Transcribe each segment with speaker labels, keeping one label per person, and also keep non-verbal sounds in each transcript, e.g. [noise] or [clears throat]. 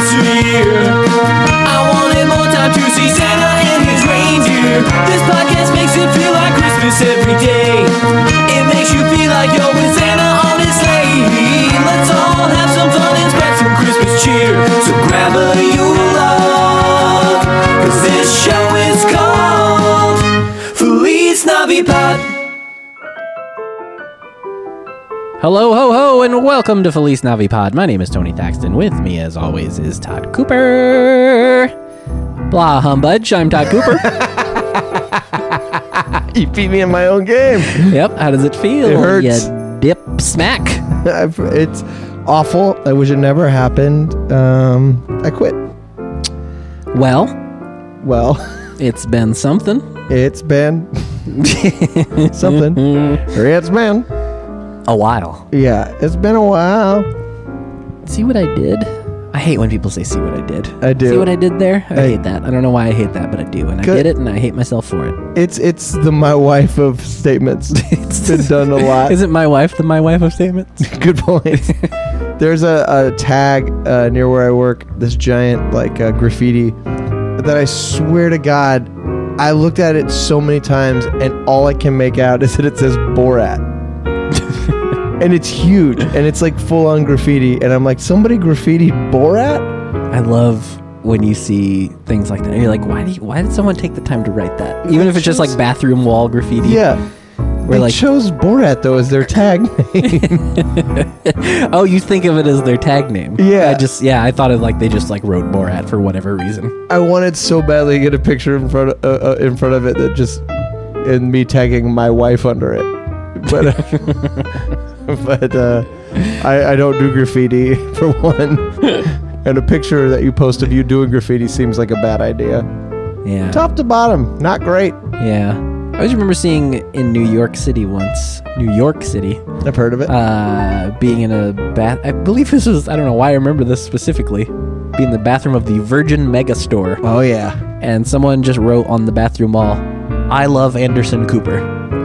Speaker 1: year. I wanted more time to see Santa and his reindeer. This podcast makes it feel like Christmas every day. It makes you feel like you're with Santa on his sleigh. Let's all have some fun and spread some Christmas cheer. So grab a you love, 'cause this show is called Feliz Navidad.
Speaker 2: Hello, ho, ho, and welcome to Felice Navipod. My name is Tony Thaxton. With me, as always, is Todd Cooper. Blah, humbudge. I'm Todd
Speaker 3: [laughs]
Speaker 2: Cooper.
Speaker 3: You beat me in my own game. [laughs]
Speaker 2: yep. How does it feel?
Speaker 3: It hurts.
Speaker 2: Ya dip smack.
Speaker 3: I've- it's awful. I wish it never happened. Um, I quit.
Speaker 2: Well,
Speaker 3: Well, [laughs]
Speaker 2: it's been something.
Speaker 3: it's been [laughs] something. Or it's been.
Speaker 2: A while.
Speaker 3: Yeah, it's been a while.
Speaker 2: See what I did? I hate when people say, see what I did.
Speaker 3: I do.
Speaker 2: See what I did there? I,
Speaker 3: I-
Speaker 2: hate that. I don't know why I hate that, but I do. And I
Speaker 3: Good.
Speaker 2: did it, and I hate myself for it.
Speaker 3: It's it's the my wife of statements. [laughs] it's been
Speaker 2: [laughs]
Speaker 3: done a lot.
Speaker 2: Isn't my wife the my wife of statements?
Speaker 3: [laughs] Good point. There's a, a tag uh, near where I work, this giant like uh, graffiti that I swear to God, I looked at it so many times, and all I can make out is that it says [laughs] Borat. and it's huge, and it's like full on graffiti. And I'm like, somebody graffiti Borat?
Speaker 2: I love when you see things like that. And you're like, why do you, why did someone take the time to write that? Even if it's just like
Speaker 3: Just-
Speaker 2: bathroom wall graffiti.
Speaker 3: Yeah.
Speaker 2: We're
Speaker 3: they
Speaker 2: like,
Speaker 3: chose Borat though as their tag name.
Speaker 2: oh, you think of it as their tag name.
Speaker 3: Yeah.
Speaker 2: I just yeah, I thought it like they just like wrote Borat for whatever reason.
Speaker 3: I wanted so badly to get a picture in front of, uh, uh, in front of it that just and me tagging my wife under it, but uh, [laughs] but uh, I, I don't do graffiti [laughs] for one, and a picture that you post of you doing graffiti seems like a bad idea.
Speaker 2: Yeah.
Speaker 3: Top to bottom, not great.
Speaker 2: Yeah. I always remember seeing in New York City once, New York City,
Speaker 3: I've heard of it.
Speaker 2: uh, being in a bath. I believe this was, I don't know why I remember this specifically, being in the bathroom of the Virgin Mega Store.
Speaker 3: oh yeah,
Speaker 2: and someone just wrote on the bathroom wall, "I love Anderson Cooper."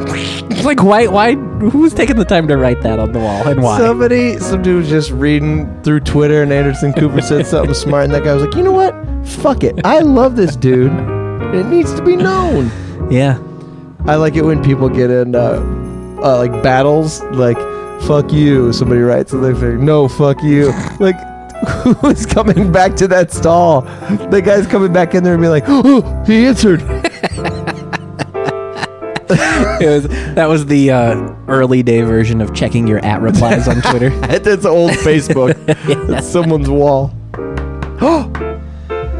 Speaker 2: [laughs] It's like why? Why? Who's taking the time to write that on the wall and why?
Speaker 3: somebody some dude was just reading through Twitter and Anderson Cooper said something smart, and that guy was like, you know what? Fuck it, I love this dude. It needs to be known.
Speaker 2: yeah,
Speaker 3: I like it when people get in uh, uh, like battles, like "fuck you." Somebody writes and they're like, "No, fuck [laughs] you." Like, who's coming back to that stall? The guy's coming back in there and be like, "Oh, he answered." [laughs]
Speaker 2: it was, that was the uh, early day version of checking your at replies on Twitter.
Speaker 3: That's old [laughs] Facebook. That's someone's [gasps] wall.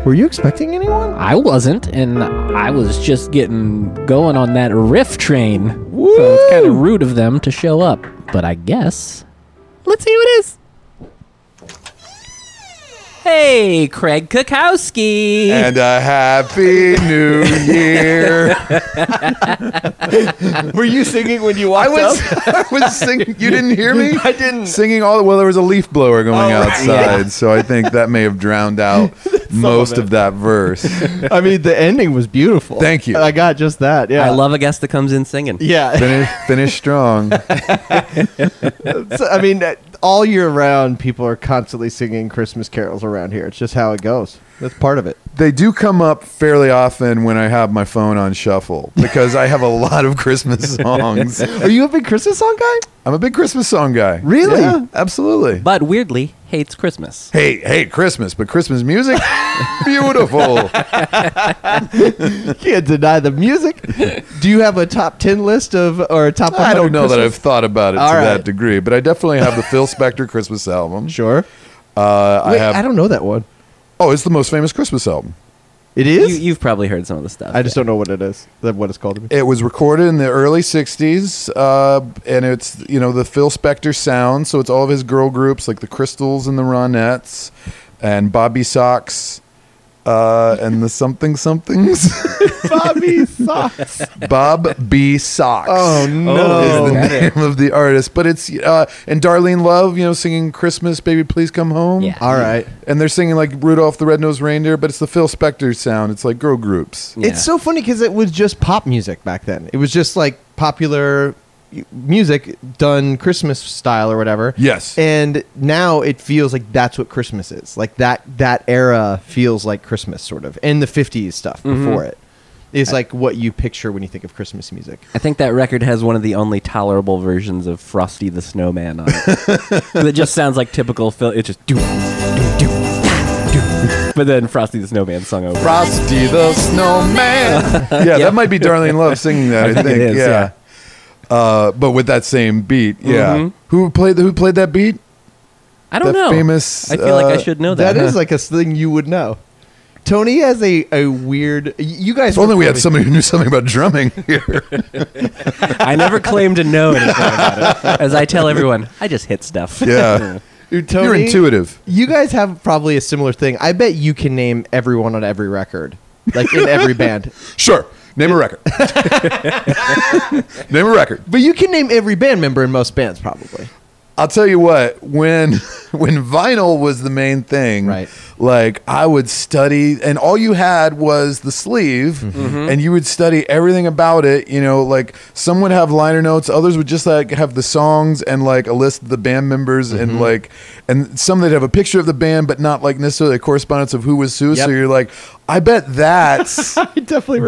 Speaker 3: Were you expecting anyone?
Speaker 2: I wasn't, and I was just getting going on that riff train. So it's kind of rude of them to show up, but I guess let's see who it is. Hey, Craig Kukowski.
Speaker 4: And a happy new year.
Speaker 3: [laughs] Were you singing when you
Speaker 4: I
Speaker 3: walked
Speaker 4: [laughs] was, I was singing. You didn't hear me?
Speaker 3: [laughs] I [laughs] didn't.
Speaker 4: Singing all the well, there was a leaf blower going outside, so I think that may have drowned out most of, that verse.
Speaker 3: I mean, the ending was beautiful.
Speaker 4: Thank you.
Speaker 3: I got just that. Yeah.
Speaker 5: I love a guest that comes in singing.
Speaker 3: Yeah.
Speaker 4: Finish, finish strong.
Speaker 3: So, I mean, uh, all year round, people are constantly singing Christmas carols around here. It's just how it goes. That's part of it.
Speaker 4: They do come up fairly often when I have my phone on shuffle because I have a lot of Christmas songs.
Speaker 3: Are you a big Christmas song guy?
Speaker 4: [laughs] I'm a big Christmas song guy.
Speaker 3: Really?
Speaker 4: Yeah, absolutely.
Speaker 5: But weirdly, hates Christmas.
Speaker 4: Hey, hey, Christmas, but Christmas music, beautiful.
Speaker 3: Can't deny the music. Do you have a top ten list of or a top? 100
Speaker 4: I don't know that I've
Speaker 3: Christmas-
Speaker 4: thought about it
Speaker 3: All
Speaker 4: to
Speaker 3: right.
Speaker 4: that degree, but I definitely have the Phil Spector Christmas album.
Speaker 3: Sure.
Speaker 4: Uh,
Speaker 3: Wait,
Speaker 4: I have.
Speaker 3: I don't know that one.
Speaker 4: oh, it's the most famous Christmas album.
Speaker 3: It
Speaker 5: You,
Speaker 3: is.
Speaker 5: you've probably heard some of the stuff.
Speaker 3: I just don't know what it is. that- What it's called.
Speaker 4: It was recorded in the early '60s, uh, and it's you know the Phil Spector sound. So it's all of his girl groups like the Crystals and the Ronettes, and Bobby Socks, uh, and the Something Somethings.
Speaker 3: Bobby socks.
Speaker 4: Bob B. Socks.
Speaker 3: Oh
Speaker 4: is the
Speaker 3: no.
Speaker 4: name of the artist. But it's uh, and Darlene Love, you know, singing "Christmas, Baby, Please Come Home."
Speaker 5: Yeah.
Speaker 3: [laughs] All right.
Speaker 4: and they're singing like Rudolph the Red-Nosed Reindeer, but it's the Phil Spector sound. It's like girl groups.
Speaker 5: Yeah.
Speaker 3: It's so funny because it was just pop music back then. It was just like popular music done Christmas style or whatever.
Speaker 4: Yes.
Speaker 3: And now it feels like that's what Christmas is. Like that that era feels like Christmas sort of. And the 50s stuff
Speaker 4: Mm-hmm.
Speaker 3: before it is like what you picture when you think of Christmas music.
Speaker 2: I think that record has one of the only tolerable versions of Frosty the Snowman on
Speaker 3: [laughs]
Speaker 2: it. it just sounds like typical Phil. It just do do do do. But then Frosty the Snowman sung over. it.
Speaker 4: Frosty the
Speaker 2: [laughs]
Speaker 4: Snowman. yeah, that might be Darlene Love singing that. I,
Speaker 2: think it
Speaker 4: think.
Speaker 2: is,
Speaker 4: yeah. Uh, but with that same beat. Yeah.
Speaker 2: Mhm.
Speaker 4: Who played the, Who played that beat?
Speaker 2: I don't
Speaker 4: the
Speaker 2: know.
Speaker 4: famous,
Speaker 2: I feel like I
Speaker 4: uh,
Speaker 2: should know that.
Speaker 3: That is
Speaker 2: huh?
Speaker 3: like a thing you would know. Tony has a, a weird. You guys.
Speaker 4: If only we had
Speaker 3: something.
Speaker 4: somebody who knew something about
Speaker 2: [laughs]
Speaker 4: drumming here.
Speaker 2: [laughs] I never claim to know anything about it. As I tell everyone, I just hit stuff.
Speaker 4: Yeah.
Speaker 3: Dude,
Speaker 4: You're
Speaker 3: Tony,
Speaker 4: intuitive.
Speaker 3: You guys have probably a similar thing. I bet you can name everyone on every record, like in
Speaker 4: [laughs]
Speaker 3: every band.
Speaker 4: Sure. Name
Speaker 2: [laughs]
Speaker 4: a record. Name a record.
Speaker 3: But you can name every band member in most bands, probably.
Speaker 4: I'll tell you what, when [laughs] when vinyl was the main thing,
Speaker 3: Right.
Speaker 4: like I would study and all you had was the sleeve
Speaker 3: Mm-hmm.
Speaker 4: and you would study everything about it, you know, like some would have liner notes, others would just like have the songs and like a list of the band members and
Speaker 3: Mm-hmm.
Speaker 4: like and some they'd have a picture of the band but not like necessarily a correspondence of who was who.
Speaker 3: Yep.
Speaker 4: So you're like, I bet
Speaker 3: [laughs]
Speaker 4: that's
Speaker 3: I definitely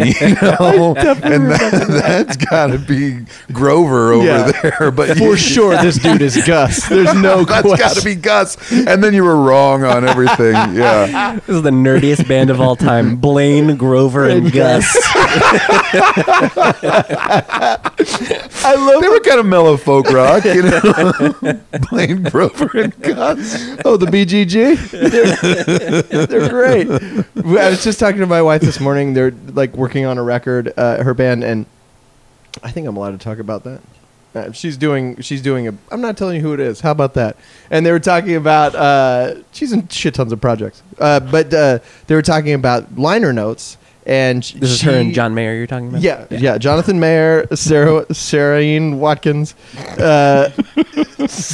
Speaker 3: [laughs]
Speaker 4: you know, and that, that's got to be Grover over
Speaker 3: Yeah.
Speaker 4: there. But
Speaker 3: For
Speaker 4: you-
Speaker 3: sure, this dude is Gus. There's no
Speaker 4: [laughs] that's
Speaker 3: question.
Speaker 4: got to be Gus. And then you were wrong on everything. Yeah.
Speaker 2: [laughs] This is the nerdiest band of all time. Blaine, Grover,
Speaker 3: [laughs]
Speaker 2: and Gus.
Speaker 3: I love.
Speaker 4: They were kind of mellow folk rock, you know. [laughs] Blaine Grover and Gus.
Speaker 3: Oh, the BGG.
Speaker 2: [laughs]
Speaker 3: They're, they're great. I was just talking to my wife this morning. They're like working on a record, uh, her band, and I think I'm allowed to talk about that. Uh, she's doing. She's doing a. I'm not telling you who it is. How about that? And they were talking about. Uh, she's in shit tons of projects. Uh, but uh, they were talking about liner notes, and sh-
Speaker 2: This is
Speaker 3: she-
Speaker 2: her and John Mayer you're talking about?
Speaker 3: Yeah, yeah, Jonathan Mayer, Sarah, Sarahine Watkins, uh,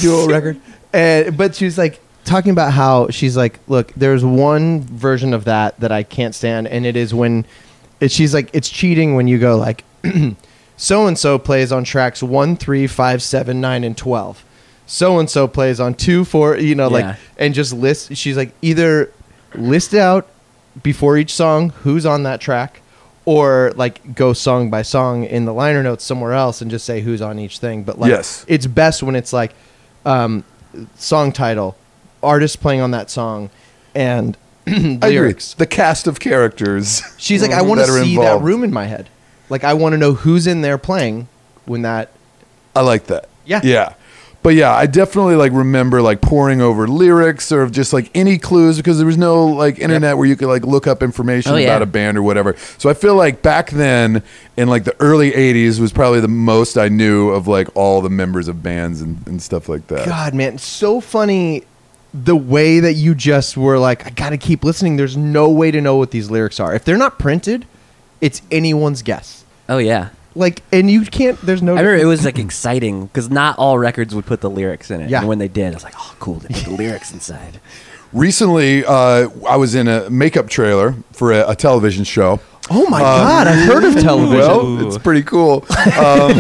Speaker 3: duo record. [laughs] And but she was like talking about how she's like, look, there's one version of that that I can't stand, and it is when it, she's like, it's cheating when you go like, [clears throat] so and so plays on tracks one, three, five, seven, nine, and twelve. So and so plays on two, four, you know,
Speaker 2: Yeah.
Speaker 3: like, and just list. She's like, either list out before each song who's on that track, or like go song by song in the liner notes somewhere else and just say who's on each thing. But like,
Speaker 4: Yes.
Speaker 3: it's best when it's like um, song title, artist playing on that song, and [clears throat]
Speaker 4: I agree.
Speaker 3: lyrics.
Speaker 4: The cast of characters.
Speaker 3: She's like, I want to
Speaker 4: that are
Speaker 3: see that
Speaker 4: involved.
Speaker 3: room in my head. Like, I want to know who's in there playing when that.
Speaker 4: I like that.
Speaker 3: Yeah.
Speaker 4: Yeah. But yeah, I definitely like remember like poring over lyrics or just like any clues because there was no like internet where you could like look up information
Speaker 2: Oh, yeah.
Speaker 4: about a band or whatever. So I feel like back then in like the early 80s was probably the most I knew of like all the members of bands and, and stuff like that.
Speaker 3: God, man, so funny the way that you just were like, I gotta keep listening. There's no way to know what these lyrics are if they're not printed. It's anyone's guess.
Speaker 2: Oh, yeah.
Speaker 3: Like, and you can't. There's no.
Speaker 2: I remember it was like exciting because not all records would put the lyrics in it.
Speaker 3: Yeah.
Speaker 2: And when they did, I was like, oh, cool. They put the lyrics inside.
Speaker 4: Recently, uh, I was in a makeup trailer for a, a television show.
Speaker 3: oh my god, I heard of television.
Speaker 4: Well, it's pretty cool. Um,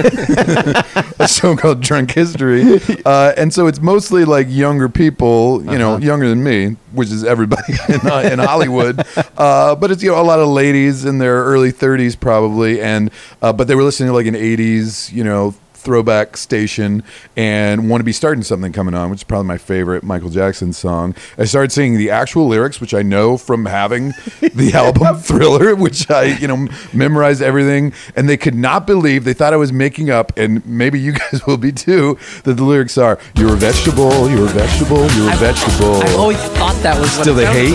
Speaker 4: [laughs] a show called
Speaker 3: [laughs]
Speaker 4: Drunk History, uh, and so it's mostly like younger people, you know,
Speaker 3: Uh-huh.
Speaker 4: younger than me, which is everybody [laughs] in, uh, in Hollywood. Uh, but it's you know a lot of ladies in their early 30s probably, and uh, but they were listening to like an 80s, you know. Throwback station and want to be starting something coming on, which is probably my favorite Michael Jackson song. I started singing the actual lyrics, which I know from having
Speaker 2: [laughs]
Speaker 4: the album Thriller, which I you know memorized everything, and they could not believe they thought I was making up, and maybe you [laughs] guys will be too. That the lyrics are "You're a vegetable, you're a vegetable, you're a vegetable."
Speaker 2: I always thought that was what
Speaker 4: Still,
Speaker 2: it
Speaker 4: they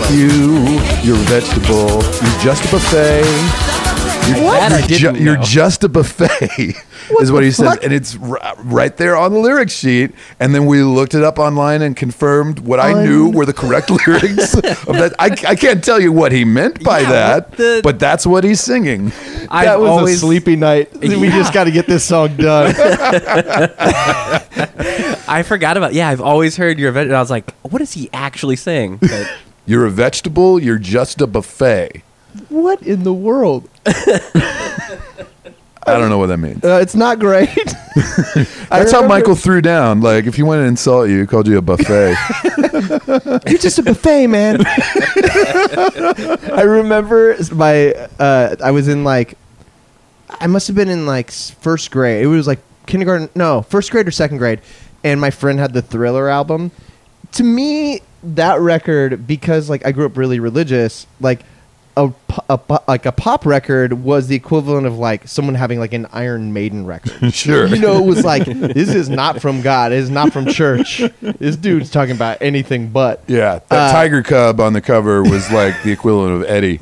Speaker 2: sounded
Speaker 4: hate
Speaker 2: like.
Speaker 4: you. You're a vegetable. You're just a buffet. You're,
Speaker 2: That I
Speaker 4: you're
Speaker 2: didn't
Speaker 4: you're
Speaker 2: know.
Speaker 4: just a buffet, [laughs] is what he says, and it's r- right there on the lyric sheet. And then we looked it up online and confirmed what I knew were the correct [laughs] lyrics of that. I, I can't tell you what he meant by
Speaker 2: Yeah,
Speaker 4: that,
Speaker 2: what the-
Speaker 4: but that's what he's singing.
Speaker 2: I've
Speaker 3: that was
Speaker 2: always,
Speaker 3: a sleepy night. We just got to get this song done. [laughs]
Speaker 2: I forgot about Yeah, I've always heard your event. And I was like, what is he actually saying? [laughs] But
Speaker 4: You're a vegetable. You're just a buffet.
Speaker 3: what in the world?
Speaker 4: I don't know what that means.
Speaker 3: Uh, it's not great. I
Speaker 4: That's how
Speaker 3: remember-
Speaker 4: Michael threw down. Like if he wanted to insult you, he called you a buffet.
Speaker 3: You're just a buffet, man. [laughs] I remember my. Uh, I was in like, I must have been in like s- first grade. It was like kindergarten. No, first grade or second grade. And my friend had the Thriller album. To me, that record because like I grew up really religious, like. A, po- a po- like a pop record was the equivalent of like someone having like an Iron Maiden record.
Speaker 4: sure.
Speaker 3: You know, it was like this is not from God. It is not from church. This dude's talking about anything but.
Speaker 4: Yeah,
Speaker 3: Uh,
Speaker 4: that tiger cub on the cover was like the equivalent of
Speaker 2: [laughs]
Speaker 4: Eddie.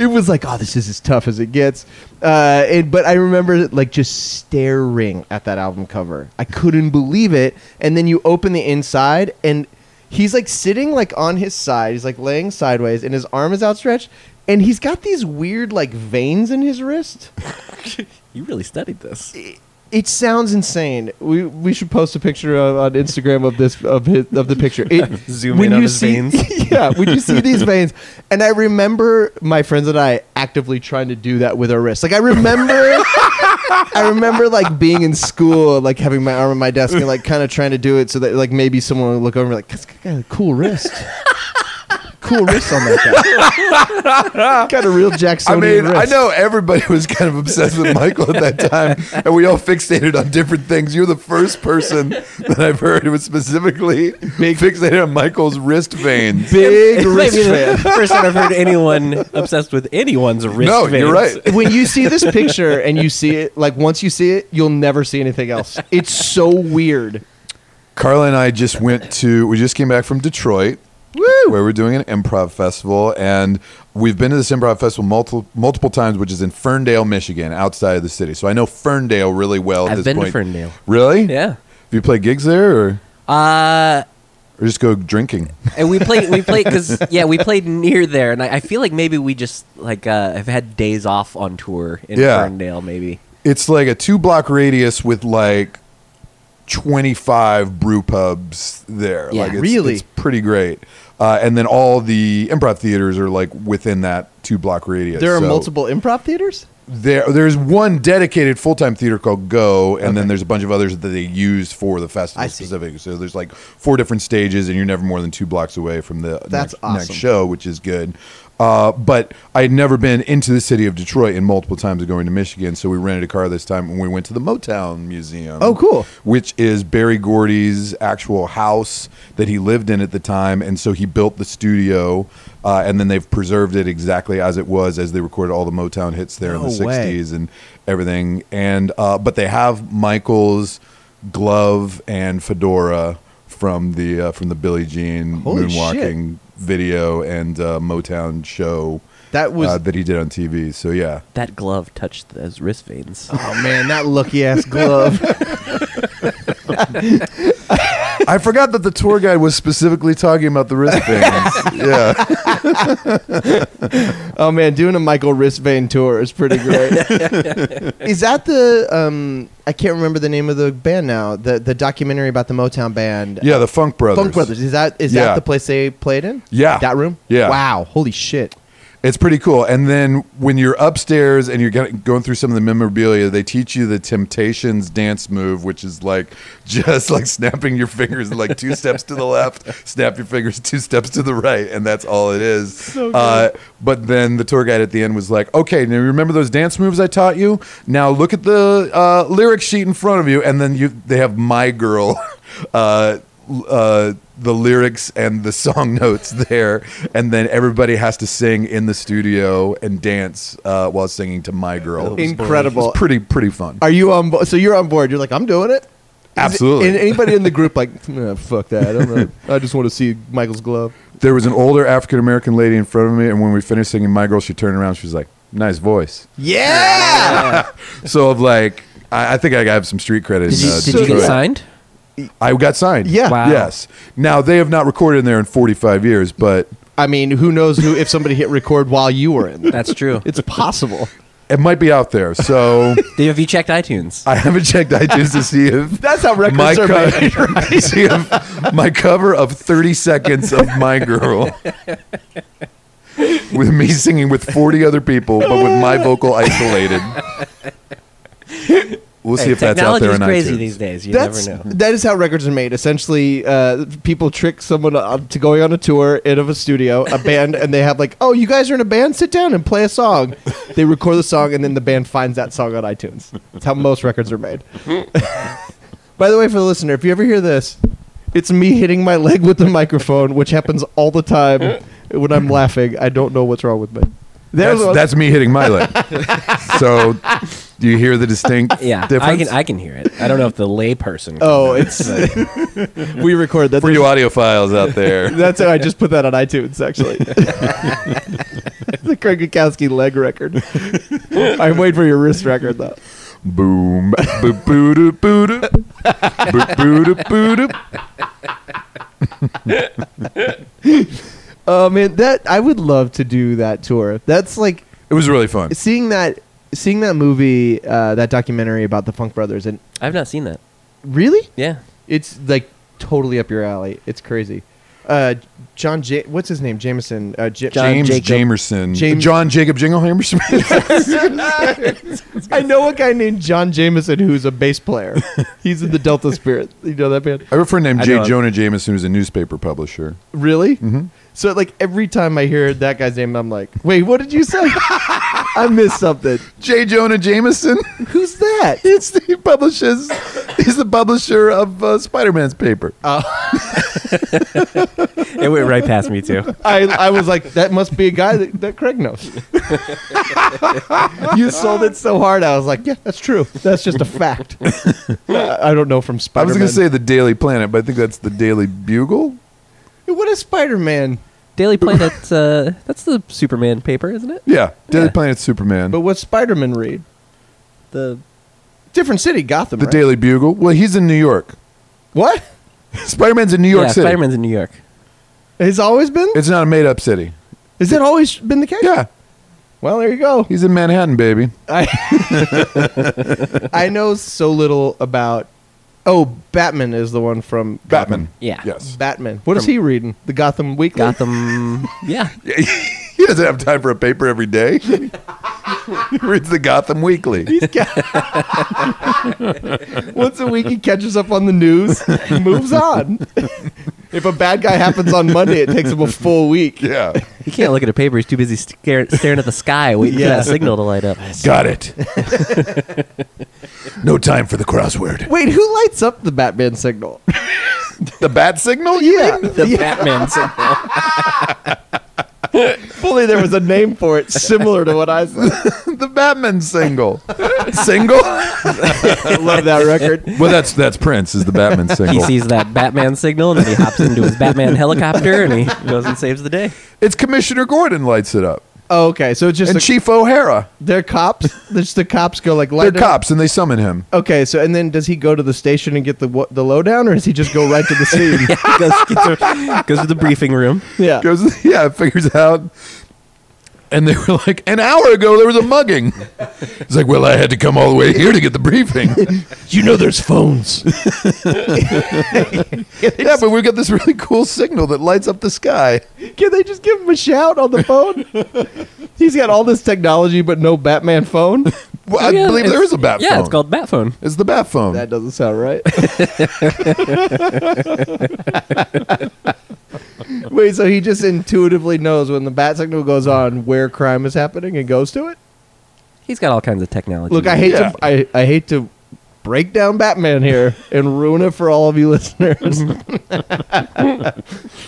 Speaker 3: It was like, oh, this is as tough as it gets. Uh, and, but I remember like just staring at that album cover. I couldn't believe it. And then you open the inside, and he's like sitting like on his side. He's like laying sideways, and his arm is outstretched. And he's got these weird like veins in his wrist.
Speaker 2: You really studied [laughs] this.
Speaker 3: It sounds insane. We we should post a picture of, on Instagram of this of his of the picture. It,
Speaker 2: [laughs] Zoom in on his
Speaker 3: see,
Speaker 2: veins.
Speaker 3: [laughs] yeah, when you see these veins, and I remember my friends and I actively trying to do that with our wrists. Like
Speaker 2: [laughs]
Speaker 3: I remember, I remember like being in school, like having my arm on my desk and like kind of trying to do it so that like maybe someone would look over and be like, "This guy had a cool wrist." Cool wrist on
Speaker 2: [laughs]
Speaker 3: that guy. Got a real
Speaker 4: I
Speaker 3: Jacksonian
Speaker 4: mean, I
Speaker 3: wrist.
Speaker 4: know everybody was kind of obsessed with Michael at
Speaker 2: [laughs]
Speaker 4: that time, and we all fixated on different things. You're the first person that I've heard who was specifically fixated on Michael's wrist veins.
Speaker 3: Big wrist
Speaker 2: Maybe the [laughs]
Speaker 3: fan.
Speaker 2: first time I've heard anyone obsessed with anyone's wrist.
Speaker 4: no,
Speaker 2: veins.
Speaker 4: you're right.
Speaker 3: when you see this picture and you see it, like once you see it, you'll never see anything else. It's so weird.
Speaker 4: Carla and I just went to, we just came back from Detroit, where we're doing an improv festival. And we've been to this improv festival multiple, multiple times, which is in Ferndale, Michigan, outside of the city. So I know Ferndale really well at
Speaker 2: I've
Speaker 4: this
Speaker 2: been to
Speaker 4: point.
Speaker 2: Ferndale.
Speaker 4: Really?
Speaker 2: [laughs] Yeah.
Speaker 4: Have you played gigs there or,
Speaker 2: Uh,
Speaker 4: or just go drinking?
Speaker 2: and we played we played because yeah we played near there and I, I feel like maybe we just like uh have had days off on tour in
Speaker 4: Yeah.
Speaker 2: ferndale maybe
Speaker 4: It's like a two block radius with like 25 brew pubs there.
Speaker 2: Yeah.
Speaker 4: like it's,
Speaker 3: Really?
Speaker 4: It's pretty great. Uh, and then all the improv theaters are like within that two block radius.
Speaker 3: There are
Speaker 4: So- Um,
Speaker 3: multiple improv theaters?
Speaker 4: There, there's one dedicated full time theater called Go, and then there's a bunch of others that they use for the festival
Speaker 3: I see.
Speaker 4: specifically. So there's like four different stages, and you're never more than two blocks away from the
Speaker 3: That's
Speaker 4: next, next
Speaker 3: awesome.
Speaker 4: show, which is good. Uh, but I had never been into the city of Detroit and multiple times of going to Michigan, so we rented a car this time and we went to the Motown Museum.
Speaker 3: Oh, cool.
Speaker 4: Which is Barry Gordy's actual house that he lived in at the time, and so he built the studio, uh, and then they've preserved it exactly as it was as they recorded all the Motown hits there
Speaker 3: No
Speaker 4: in the
Speaker 3: way.
Speaker 4: '60s and everything. And uh, but they have Michael's glove and fedora from the uh, from the Billie Jean
Speaker 3: Holy
Speaker 4: moonwalking video and uh, Motown show
Speaker 3: That was
Speaker 4: uh, that he did on TV. So yeah,
Speaker 2: that glove touched those wrist veins
Speaker 3: Oh man, that lucky ass glove.
Speaker 4: [laughs] I forgot that the tour guide was specifically talking about
Speaker 3: [laughs]
Speaker 4: the wristbands. yeah.
Speaker 3: oh man, doing a Michael wrist vein tour is pretty great.
Speaker 4: [laughs]
Speaker 3: is that the um I can't remember the name of the band now. The the documentary about the Motown band.
Speaker 4: Yeah, the Funk Brothers.
Speaker 3: Funk Brothers. Is that is
Speaker 4: Yeah.
Speaker 3: that the place they played in?
Speaker 4: Yeah.
Speaker 3: That room?
Speaker 4: Yeah.
Speaker 3: Wow. Holy shit.
Speaker 4: It's pretty cool. And then when you're upstairs and you're gonna- going through some of the memorabilia, they teach you the Temptations dance move, which is like [laughs] just like snapping your fingers
Speaker 3: [laughs]
Speaker 4: like two steps to the left, snap your fingers two steps to the right, and that's all it is. Uh, but then the tour guide at the end was like, "Okay, now remember those dance moves I taught you? Now look at the uh, lyric sheet in front of you, and then you they have My Girl." [laughs] Uh, uh, the lyrics and the [laughs] song notes there, and then everybody has to sing in the studio and dance uh, while singing to "My Girl."
Speaker 3: Incredible.
Speaker 4: It's pretty pretty fun.
Speaker 3: Are you on board? So you're on board. You're like, I'm doing it. Is it-
Speaker 4: Absolutely.
Speaker 3: and anybody in the group like, [laughs] "Nah, fuck that. I, don't know. I just want to see Michael's glove.
Speaker 4: There was an older African American lady in front of me, and when we finished singing "My Girl," she turned around. She was like,
Speaker 3: [laughs]
Speaker 4: "Nice voice."
Speaker 3: Yeah.
Speaker 4: So of like, I, I think I have some street credit.
Speaker 2: did
Speaker 4: in,
Speaker 2: you,
Speaker 4: uh,
Speaker 2: did you get
Speaker 4: Detroit.
Speaker 2: signed
Speaker 4: I got signed.
Speaker 3: Yeah. Wow.
Speaker 4: Yes. Now they have not recorded in there in 45 years, but
Speaker 3: I mean, who knows who if somebody hit record while you were in
Speaker 2: [laughs]
Speaker 3: there.
Speaker 2: that's true
Speaker 3: It's possible.
Speaker 4: it might be out there.
Speaker 3: [laughs]
Speaker 4: So
Speaker 2: Did- have you checked itunes
Speaker 4: I haven't checked iTunes to see if
Speaker 3: That's how records
Speaker 4: my,
Speaker 3: are
Speaker 4: co- [laughs]
Speaker 3: made,
Speaker 4: to see if my cover of 30 seconds of My Girl with me singing with 40 other people, but with my vocal isolated. We'll see if that's out
Speaker 2: Technology
Speaker 4: there
Speaker 2: is
Speaker 4: in
Speaker 2: crazy
Speaker 4: iTunes.
Speaker 2: these days. You
Speaker 3: That's
Speaker 2: never know.
Speaker 3: that is how records are made. Essentially, uh, people trick someone uh, to going on a tour out of a
Speaker 2: [laughs]
Speaker 3: studio, a band, and they have like, "Oh, you guys are in a band. Sit down and play
Speaker 2: [laughs]
Speaker 3: a song." they record the song, and then the band finds that song on iTunes. That's how most records are
Speaker 2: [laughs]
Speaker 3: made. By the way, for the listener, if you ever hear this, it's me hitting my leg with the microphone, which happens all the time when I'm laughing. I don't know what's wrong with me. There's
Speaker 4: That's,
Speaker 3: one-
Speaker 4: that's me hitting my
Speaker 2: [laughs]
Speaker 4: leg. so, do you hear the
Speaker 2: [laughs]
Speaker 4: distinct
Speaker 2: Yeah, I
Speaker 4: difference?
Speaker 2: can I can hear it. I don't know if the lay person.
Speaker 3: oh,
Speaker 4: [laughs]
Speaker 3: it's we record that.
Speaker 4: For you audiophiles out there.
Speaker 2: [laughs]
Speaker 3: That's how I just put that on iTunes, actually. the Craig Gukowski leg record. I'm waiting for your wrist record, though.
Speaker 4: Boom. Boo boo doo
Speaker 2: [laughs]
Speaker 4: boo doo. Boo boo doo boo doo.
Speaker 3: Oh man, that I would love to do that tour. That's like
Speaker 4: It was really fun.
Speaker 3: seeing that seeing that movie, uh, that documentary about the Funk Brothers, and
Speaker 2: [laughs] I've not seen that.
Speaker 3: really,
Speaker 2: Yeah,
Speaker 3: it's like totally up your alley. It's crazy. Uh, John, J- what's his name? Jameson. Uh, J-
Speaker 4: James
Speaker 2: Jacob-
Speaker 4: Jamerson.
Speaker 3: James-
Speaker 4: John Jacob [laughs] Jinglehammer.
Speaker 3: [laughs] I know a guy named John Jameson who's a bass [laughs] player. He's in the Delta Spirit. You know that band?
Speaker 4: I have a friend named
Speaker 2: I
Speaker 4: J.
Speaker 2: know.
Speaker 4: Jonah Jameson who's a newspaper publisher.
Speaker 3: Really? Mm-hmm. So like every time I hear that guy's name, I'm like, wait, what did you [laughs] say? I missed something.
Speaker 4: J. Jonah Jameson?
Speaker 3: Who's that?
Speaker 4: [laughs] It's the, he publishes, he's the publisher of uh, Spider Man's paper.
Speaker 2: it went right past me too.
Speaker 3: [laughs] I, I was like, that must be a guy that, that Craig knows. [laughs] you sold it so hard, I was like, yeah, that's true. That's just a [laughs] fact. I, I don't know from
Speaker 4: I
Speaker 3: Spider.
Speaker 4: was going to say the Daily Planet, but I think that's the Daily Bugle.
Speaker 3: what is Spider Man?
Speaker 2: Daily Planet. Uh, that's the Superman paper, isn't it?
Speaker 4: Yeah, Daily
Speaker 2: Yeah.
Speaker 4: Planet's Superman.
Speaker 3: But what Spider Man read?
Speaker 2: The
Speaker 3: Different city, Gotham.
Speaker 4: the
Speaker 3: right?
Speaker 4: Daily Bugle? Well, he's in New York. [laughs]
Speaker 3: What?
Speaker 4: Spider Man's in New York
Speaker 2: yeah,
Speaker 4: City.
Speaker 2: Spider Man's in New York.
Speaker 3: Has always been?
Speaker 4: It's not a made up city.
Speaker 3: Has that always been the case?
Speaker 4: Yeah,
Speaker 3: Well, there you
Speaker 4: [laughs]
Speaker 3: go.
Speaker 4: he's in Manhattan, baby.
Speaker 3: I I know so little about. Oh, Batman is the one from
Speaker 4: Batman.
Speaker 2: Yeah.
Speaker 4: Yes. [laughs]
Speaker 3: Batman. What is he reading? The Gotham Weekly.
Speaker 2: Gotham. yeah,
Speaker 4: He doesn't have time for a paper every day. [laughs] he reads the Gotham
Speaker 3: [laughs]
Speaker 4: Weekly.
Speaker 3: He's got- [laughs] Once a week, he catches up on the news, [laughs] moves on. [laughs] if a bad guy happens on Monday, it takes him a full week.
Speaker 4: Yeah.
Speaker 2: he can't look at a paper. He's too busy stare- staring at the sky, waiting
Speaker 3: Yeah.
Speaker 2: for that signal to light up.
Speaker 4: [laughs] Got it. [laughs] no time for the crossword.
Speaker 3: Wait, who lights up the Batman signal?
Speaker 4: The bat signal?
Speaker 3: yeah,
Speaker 2: The
Speaker 3: yeah.
Speaker 2: Batman signal.
Speaker 3: fully there was a name for it similar to what I said.
Speaker 4: [laughs] The Batman single. [laughs] single?
Speaker 3: I love that record.
Speaker 4: Well, that's that's Prince is the [laughs] Batman
Speaker 2: He
Speaker 4: single.
Speaker 2: sees that Batman signal and then he hops into his Batman helicopter and he goes and saves the day.
Speaker 4: It's Commissioner Gordon lights it up.
Speaker 3: Oh, okay, so it's just
Speaker 4: And
Speaker 3: a-
Speaker 4: Chief O'Hara.
Speaker 3: They're cops. Just the cops go like
Speaker 4: They're
Speaker 3: light it up.
Speaker 4: cops and they summon him.
Speaker 3: Okay, so and then does he go to the station and get the wo- the lowdown, or does he just go right
Speaker 4: [laughs]
Speaker 3: to the scene?
Speaker 2: [laughs] Yeah, he goes, gets a- goes to the briefing room.
Speaker 3: yeah.
Speaker 4: Goes [laughs] yeah, figures out. And they were like, an hour ago there was a mugging. It's like, well, I had to come all the way here to get the briefing.
Speaker 3: You know, there's phones.
Speaker 4: [laughs] Yeah, but we've got this really cool signal that lights up the sky.
Speaker 3: Can they just give him a shout on the phone? He's got all this technology, but no Batman phone.
Speaker 4: Well, I
Speaker 2: Yeah,
Speaker 4: believe there
Speaker 2: it's-
Speaker 4: is a bat
Speaker 2: Yeah,
Speaker 4: phone.
Speaker 2: it's called Bat Phone.
Speaker 4: It's the bat phone.
Speaker 3: That doesn't sound right. [laughs] Wait, so he just intuitively knows when the bat signal goes on where crime is happening and goes to it.
Speaker 2: He's got all kinds of technology.
Speaker 3: Look, I hate
Speaker 4: Yeah.
Speaker 3: to I, I hate to break down Batman here and ruin it for all of you listeners. [laughs] but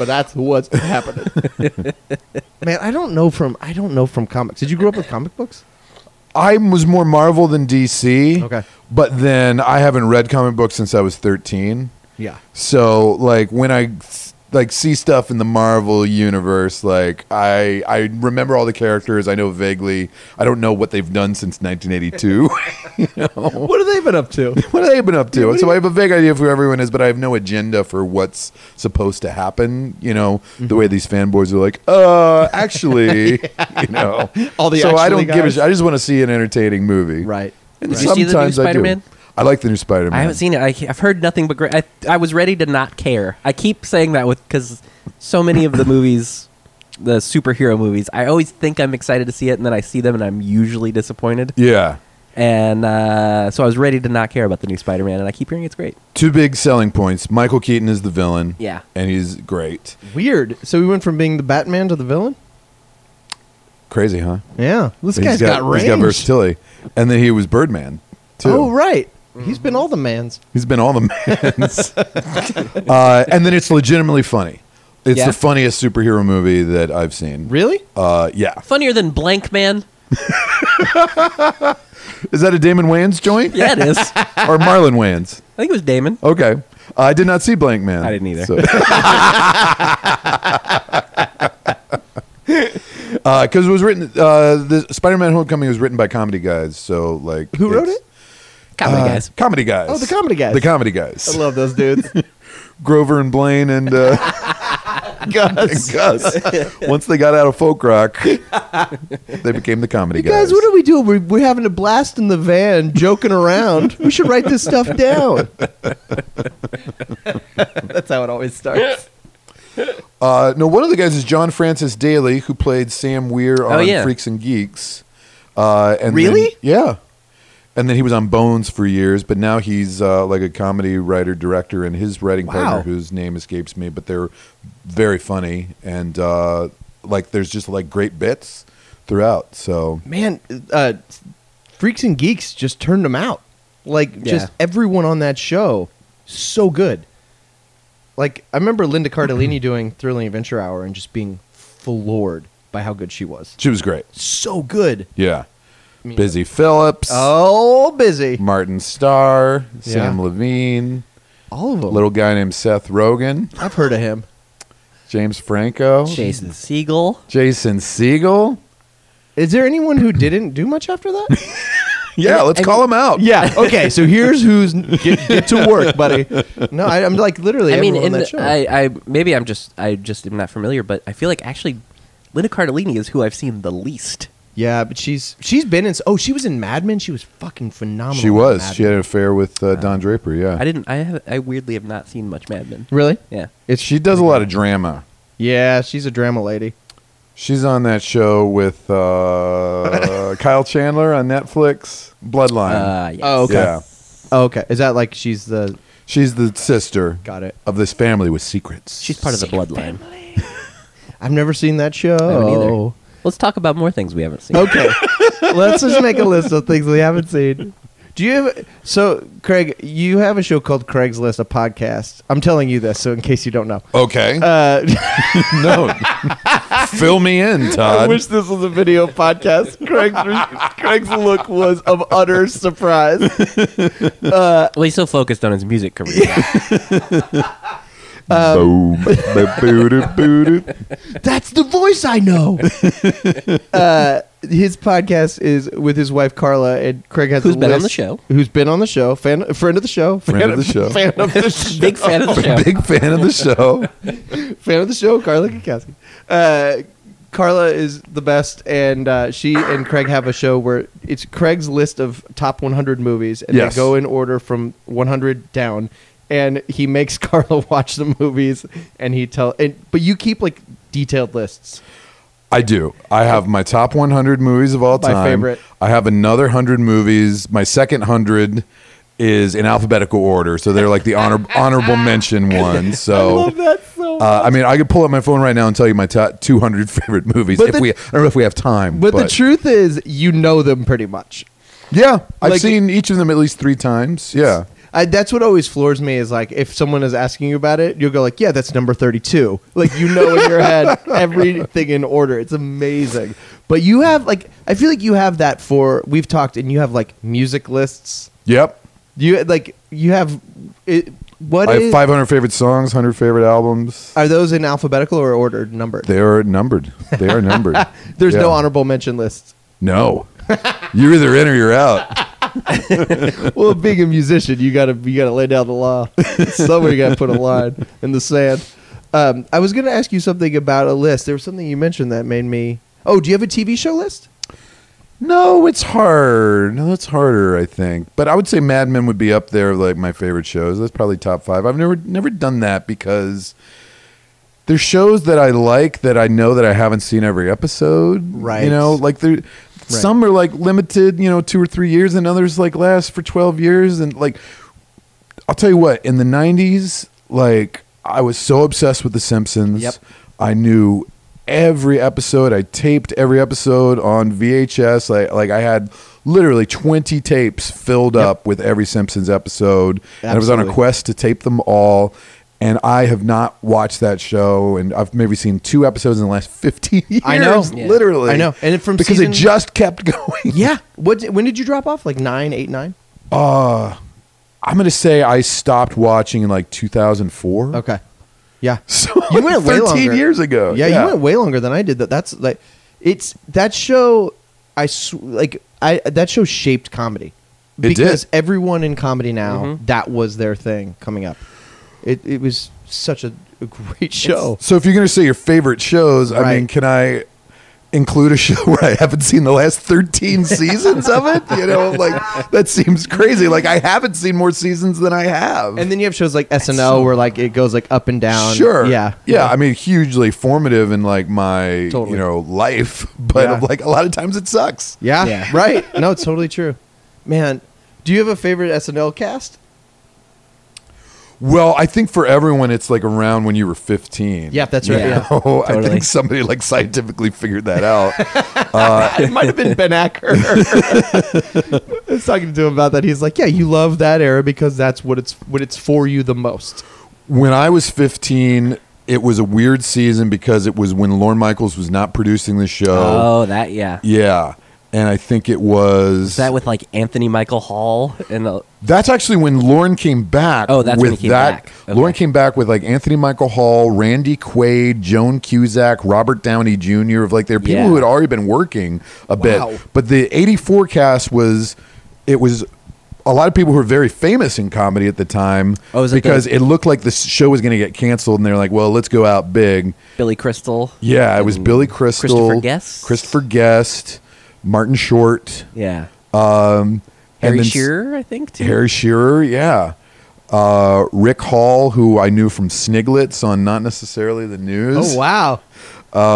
Speaker 3: that's what's happening. [laughs] Man, I don't know from I don't know from comics. Did you grow up with comic books?
Speaker 4: I was more Marvel than DC.
Speaker 3: Okay.
Speaker 4: But then I haven't read comic books since I was 13.
Speaker 3: [laughs] Yeah.
Speaker 4: So like when I like see stuff in the Marvel universe, like I I remember all the characters. I know vaguely. I don't know what they've done
Speaker 3: [laughs]
Speaker 4: since 1982.
Speaker 3: Oh. What have they been up to?
Speaker 4: what have they been up to?
Speaker 3: what do
Speaker 4: so
Speaker 3: you-
Speaker 4: I have a vague idea of who everyone is, but I have no agenda for what's supposed to happen. You know,
Speaker 3: Mm-hmm.
Speaker 4: the way these fanboys are like, uh,
Speaker 3: [laughs]
Speaker 4: actually, you know,
Speaker 3: All the
Speaker 4: so I
Speaker 3: actually
Speaker 4: don't give a
Speaker 3: guys.
Speaker 4: sh- I just want to see an entertaining
Speaker 3: [laughs]
Speaker 4: movie,
Speaker 3: Right.
Speaker 4: And
Speaker 2: Did you see the new
Speaker 4: sometimes I do.
Speaker 2: Spider-Man?
Speaker 4: I like the new Spider-Man.
Speaker 2: I haven't seen it. I, have heard nothing but great.
Speaker 4: [coughs]
Speaker 2: I, I was ready to not care. I keep saying that with because so many of the movies the superhero movies. I always think I'm excited to see it, and then I see them, and I'm usually disappointed.
Speaker 4: Yeah.
Speaker 2: And uh, so I was ready to not care about the new Spider-Man, and I keep hearing it's great.
Speaker 4: Two big selling points. Michael Keaton is the villain.
Speaker 2: Yeah.
Speaker 4: And he's great.
Speaker 3: Weird. So we went from being the Batman to the villain.
Speaker 4: Crazy, huh?
Speaker 3: Yeah, this guy's
Speaker 4: he's
Speaker 3: got, range.
Speaker 4: He's got versatility. And then he was Birdman, too.
Speaker 3: Oh right, he's been all the man's.
Speaker 4: He's been all the mans.
Speaker 3: [laughs]
Speaker 4: uh, and then it's legitimately funny. It's
Speaker 2: Yeah.
Speaker 4: the funniest superhero movie that I've seen.
Speaker 3: Really?
Speaker 4: Uh, yeah.
Speaker 2: Funnier than Blank Man.
Speaker 4: Is that a Damon Wayans joint?
Speaker 2: Yeah, it
Speaker 4: [laughs]
Speaker 2: is. I
Speaker 4: or Marlon Wayans?
Speaker 2: think it was Damon.
Speaker 3: Oh,
Speaker 4: Okay. I did not see Blank Man.
Speaker 2: I didn't either.
Speaker 4: [laughs] Because it was written, uh, the Spider-Man: Homecoming was written by comedy guys. So like,
Speaker 3: Who wrote
Speaker 4: it's-
Speaker 3: it?
Speaker 2: Comedy
Speaker 4: uh,
Speaker 2: guys.
Speaker 4: Comedy guys.
Speaker 3: Oh, the comedy guys.
Speaker 4: The comedy guys.
Speaker 3: [laughs] I love those dudes.
Speaker 4: Grover and Blaine and
Speaker 3: [laughs]
Speaker 4: uh, Gus. Gus. [laughs] Once they got out of folk rock, [laughs] they became the comedy
Speaker 3: Guys, what are we doing? We're, we're having a blast in the van, joking around. we should write this stuff
Speaker 4: [laughs]
Speaker 3: down. That's how it always starts.
Speaker 4: Uh, no, one of the guys is John Francis Daly, who played Sam Weir on
Speaker 2: yeah.
Speaker 4: Freaks and Geeks. Uh, and
Speaker 3: Oh, Really?
Speaker 4: then- yeah. And then he was on Bones for years, but now he's uh, like a comedy writer director, and his writing partner,
Speaker 3: Wow.
Speaker 4: whose name escapes me, but they're very funny, and uh, like there's just like great bits throughout. So
Speaker 3: Man, uh, Freaks and Geeks just turned them out. Like, just everyone on that show, so good. Like, I remember Linda
Speaker 4: [clears throat]
Speaker 3: Cardellini doing Thrilling Adventure Hour and just being floored by how good she was.
Speaker 4: she was great.
Speaker 3: So good.
Speaker 4: Yeah, Busy Phillips,
Speaker 3: Oh, busy.
Speaker 4: Martin Starr, Sam
Speaker 3: Yeah.
Speaker 4: Levine,
Speaker 3: All of them.
Speaker 4: little guy named Seth Rogen,
Speaker 3: I've heard of him.
Speaker 4: James Franco,
Speaker 2: Jason Siegel.
Speaker 4: Jason Siegel.
Speaker 3: Is there anyone who didn't do much after that?
Speaker 4: [laughs] Yeah, let's call him
Speaker 2: Oh.
Speaker 4: out.
Speaker 3: Yeah. Okay. So
Speaker 2: [laughs]
Speaker 3: here's who's get, get to work, buddy. No, I, I'm like literally.
Speaker 2: I mean,
Speaker 3: everyone
Speaker 2: in
Speaker 3: on that
Speaker 2: the,
Speaker 3: show.
Speaker 2: I, I maybe I'm just I just am not familiar, but I feel like actually, Linda Cardellini is who I've seen the least.
Speaker 3: yeah, but she's she's been in. Oh, she was in Mad Men. She was fucking phenomenal.
Speaker 4: She
Speaker 3: in
Speaker 4: was.
Speaker 3: Mad
Speaker 4: She
Speaker 3: Men.
Speaker 4: had an affair with uh, Don Draper. Yeah,
Speaker 2: I didn't. I have. I weirdly have not seen much Mad Men.
Speaker 3: Really?
Speaker 2: Yeah.
Speaker 3: It's
Speaker 4: she does a lot of drama.
Speaker 3: Yeah, she's a drama lady.
Speaker 4: She's on that show with uh, Kyle Chandler on Netflix, Bloodline.
Speaker 2: Uh, yes.
Speaker 3: Oh, okay.
Speaker 4: Yeah,
Speaker 3: Oh, okay. Is that like she's the?
Speaker 4: she's the sister
Speaker 3: Got it.
Speaker 4: of this family with secrets.
Speaker 2: She's part of the bloodline.
Speaker 3: I've never seen that show.
Speaker 2: I haven't either. Let's talk about more things we haven't seen.
Speaker 3: Okay.
Speaker 2: [laughs]
Speaker 3: Let's just make a list of things we haven't seen. Do you have so Craig? You have a show called Craigslist, a podcast. I'm telling you this, so in case you don't know.
Speaker 4: okay.
Speaker 3: Uh,
Speaker 4: no, fill me in,
Speaker 3: I
Speaker 4: Todd.
Speaker 3: wish this was a video podcast.
Speaker 4: [laughs]
Speaker 3: Craig's, Craig's look was of utter surprise.
Speaker 2: Well, he's so focused on his music
Speaker 3: [laughs]
Speaker 2: career.
Speaker 4: Boom. Ba-boo-doo-boo-doo.
Speaker 3: That's the voice I
Speaker 4: [laughs]
Speaker 3: know. uh, his podcast is with his wife Carla, and Craig has
Speaker 2: Who's
Speaker 3: a
Speaker 2: been on
Speaker 3: list-
Speaker 2: the show.
Speaker 3: Who's been on the show? Fan, friend of the show.
Speaker 4: Friend of the
Speaker 3: [laughs]
Speaker 4: show.
Speaker 3: Fan of the show.
Speaker 2: Big fan of the show.
Speaker 4: Big fan of the show.
Speaker 3: fan of the show, Carla Kukowski. Uh, Carla is the best, and uh, she and Craig have a show where it's Craig's list of top 100 movies, and
Speaker 4: Yes.
Speaker 3: they go in order from 100 down. And he makes [laughs] Carla watch the movies, and he tell. And but you keep like detailed lists.
Speaker 4: I do. I have my top 100 movies of all
Speaker 3: My
Speaker 4: time.
Speaker 3: favorite.
Speaker 4: I have another 100 movies. My second 100 is in alphabetical order, so they're like the honor, [laughs] honorable mention ones. So I love that so. Oh. Uh, I mean, I could pull up my phone right now and tell you my top 200 favorite movies
Speaker 3: But
Speaker 4: if
Speaker 3: the-
Speaker 4: we. I don't know if we have time.
Speaker 3: But, the truth is, you know them pretty much.
Speaker 4: Yeah, I've
Speaker 3: like-
Speaker 4: seen each of them at least three times. Yeah.
Speaker 3: I, that's what always floors me is like if someone is asking you about it, you'll go like, "Yeah, that's number 32." Like you know in your
Speaker 4: [laughs]
Speaker 3: head everything in order. It's amazing. But you have like I feel like you have that for we've talked and you have like music lists.
Speaker 4: Yep.
Speaker 3: You like you have it, what
Speaker 4: I have
Speaker 3: is-
Speaker 4: 500 favorite songs, 100 favorite albums.
Speaker 3: are those in alphabetical or ordered numbered?
Speaker 4: They are numbered. They are numbered.
Speaker 3: [laughs] There's no
Speaker 4: Yeah.
Speaker 3: honorable mention lists.
Speaker 4: No. You're either in or you're out.
Speaker 3: well, being a musician, you gotta you gotta lay down the law. [laughs] Somewhere you gotta put a line in the sand. Um, I was gonna ask you something about a list. There was something you mentioned that made me. Oh, do you have a TV show list?
Speaker 4: No, it's hard. No, it's harder, I think. But I would say Mad Men would be up there, like my favorite shows. That's probably top five. I've never never done that because there's shows that I like that I know that I haven't seen every episode.
Speaker 3: Right.
Speaker 4: You know, like there some are like limited, you know, two or three years and others like last for twelve years and like I'll tell you what, in the nineties, like I was so obsessed with The Simpsons.
Speaker 3: Yep.
Speaker 4: I knew every episode. I taped every episode on VHS. Like like I had literally twenty tapes filled up with every Simpsons episode. And I was on a
Speaker 3: Absolutely.
Speaker 4: quest to tape them all. And I have not watched that show, and I've maybe seen two episodes in the last fifteen [laughs] years.
Speaker 3: I know. Yeah.
Speaker 4: literally.
Speaker 3: I know. And from
Speaker 4: because
Speaker 3: season-
Speaker 4: it just kept [laughs] going.
Speaker 3: Yeah. What? When did you drop off? Like nine, eight, nine.
Speaker 4: Uh, I'm gonna say I stopped watching in like 2004.
Speaker 3: Okay. Yeah.
Speaker 4: So
Speaker 3: You went way
Speaker 4: [laughs] 13
Speaker 3: longer.
Speaker 4: years ago.
Speaker 3: Yeah, you went way longer than I did. That that's like, it's that show. I sw- like I that show shaped comedy
Speaker 4: It did. Mm-hmm.
Speaker 3: because everyone in comedy now that was their thing coming up. It it was such a, a great show.
Speaker 4: So if you're gonna say your favorite shows, I mean,
Speaker 3: Right.
Speaker 4: can I include a show [laughs] where I haven't seen the
Speaker 3: [laughs]
Speaker 4: last 13 seasons of it? You know, like that seems crazy. Like I haven't seen more seasons than I have.
Speaker 3: and then you have shows like SNL where like it goes like up and down.
Speaker 4: Sure.
Speaker 3: Yeah.
Speaker 4: yeah. I mean, hugely formative in like my
Speaker 3: Totally.
Speaker 4: you know life, [laughs] but
Speaker 3: Yeah.
Speaker 4: like a lot of times it sucks.
Speaker 3: Yeah.
Speaker 6: Yeah.
Speaker 3: Right. No, it's totally true. Man, do you have a favorite SNL cast?
Speaker 4: Well, I think for everyone, it's like around when you were 15.
Speaker 3: Yeah, that's right.
Speaker 6: Yeah.
Speaker 3: Yeah.
Speaker 4: Oh, I
Speaker 6: Totally.
Speaker 4: think somebody like scientifically figured
Speaker 3: [laughs]
Speaker 4: that out.
Speaker 3: it might have been Ben Acker. [laughs] I was talking to him about that. He's like, "Yeah, you love that era because that's what it's what it's for you the most."
Speaker 4: when I was 15, it was a weird season because it was when Lorne Michaels was not producing the show.
Speaker 2: Oh, that yeah.
Speaker 4: Yeah. And I think it was
Speaker 2: Is that with like Anthony Michael Hall and uh, the
Speaker 4: That's actually when Lauren came back.
Speaker 2: Oh, that's when
Speaker 4: with
Speaker 2: he came
Speaker 4: that.
Speaker 2: back. Okay.
Speaker 4: Lauren came back with like Anthony Michael Hall, Randy Quaid, Joan Cusack, Robert Downey Jr. Of like they're people
Speaker 2: Yeah.
Speaker 4: who had already been working a bit. But the '84 cast was it was a lot of people who were very famous in comedy at the time
Speaker 2: Oh, is it
Speaker 4: because
Speaker 2: the-
Speaker 4: it looked like the show was going to get canceled, and they're like, "Well, let's go out big."
Speaker 2: Billy Crystal.
Speaker 4: Yeah, it was
Speaker 2: and
Speaker 4: Billy Crystal,
Speaker 2: Mm. Christopher Guest.
Speaker 4: Christopher Guest, Martin Short,
Speaker 2: Yeah.
Speaker 3: Um,
Speaker 4: and
Speaker 2: Harry
Speaker 4: then s-
Speaker 2: Shearer, I think too.
Speaker 4: Harry Shearer, yeah. Uh, Rick Hall, who I knew from Sniglets on not necessarily the news.
Speaker 3: Oh wow!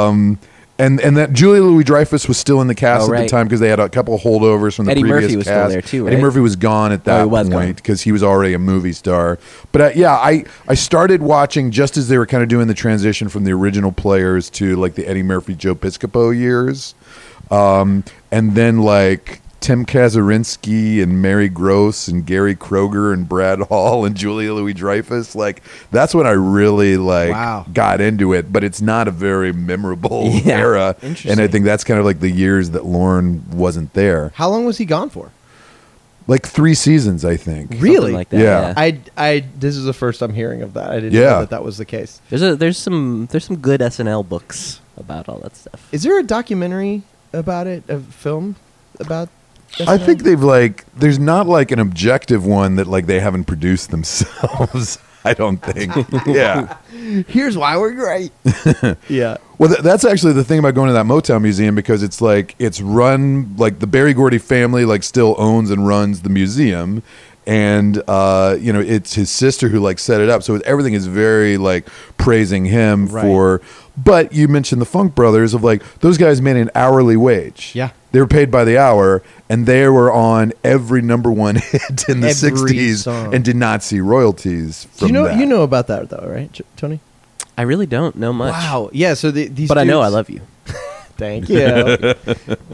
Speaker 4: And and that Julia Louis Dreyfus was still in the cast
Speaker 2: Oh,
Speaker 4: at
Speaker 2: right.
Speaker 4: the time because they had a couple holdovers from the
Speaker 2: Eddie
Speaker 4: previous
Speaker 2: Murphy was still
Speaker 4: cast.
Speaker 2: there too,
Speaker 4: Eddie
Speaker 2: right?
Speaker 4: Murphy was gone at
Speaker 2: Oh,
Speaker 4: that
Speaker 2: he was gone.
Speaker 4: point because he was already a movie star. But uh, yeah, I I started watching just as they were kind of doing the transition from the original players to like the Eddie Murphy Joe Piscopo years. Um, and then like Tim Kazurinsky and Mary Gross and Gary Kroger and Brad [laughs] Hall and Julia Louis Dreyfus. Like that's when I really like
Speaker 3: Wow.
Speaker 4: got into it. But it's not a very memorable
Speaker 2: Yeah.
Speaker 4: era. And I
Speaker 3: Interesting.
Speaker 4: think that's kind of like the years that Lauren wasn't there.
Speaker 3: How long was he gone for?
Speaker 4: Like three seasons, I think.
Speaker 3: Really?
Speaker 2: Something like that.
Speaker 4: Yeah.
Speaker 2: yeah.
Speaker 3: I I this is the first I'm hearing of that. I didn't
Speaker 4: Yeah.
Speaker 3: know that that was the case.
Speaker 2: There's a there's some there's some good SNL books about all that stuff.
Speaker 3: Is there a documentary about it? A film about?
Speaker 4: I think they've like there's not like an objective one that like they haven't produced themselves. [laughs] I
Speaker 3: [laughs]
Speaker 4: don't think. yeah.
Speaker 3: Here's why we're [laughs] great. yeah.
Speaker 4: Well, th- that's actually the thing about going to that Motown museum because it's like it's run like the Barry Gordy family like still owns and runs the museum, and uh, you know it's his sister who like set it up. So everything is very like praising him
Speaker 3: Right.
Speaker 4: for. But you mentioned the Funk Brothers of like those guys made an hourly wage.
Speaker 3: Yeah.
Speaker 4: they were paid by the hour, and they were on every number one [laughs] hit in the
Speaker 3: Every
Speaker 4: '60s
Speaker 3: song.
Speaker 4: and did not see royalties.
Speaker 3: Do
Speaker 4: From
Speaker 3: you know
Speaker 4: that.
Speaker 3: you know about that though, right, J- Tony?
Speaker 2: I really don't know much.
Speaker 3: Wow. Yeah. So the, these.
Speaker 2: But I know I
Speaker 3: dudes-
Speaker 2: love you.
Speaker 3: Thank
Speaker 2: [laughs]
Speaker 3: you.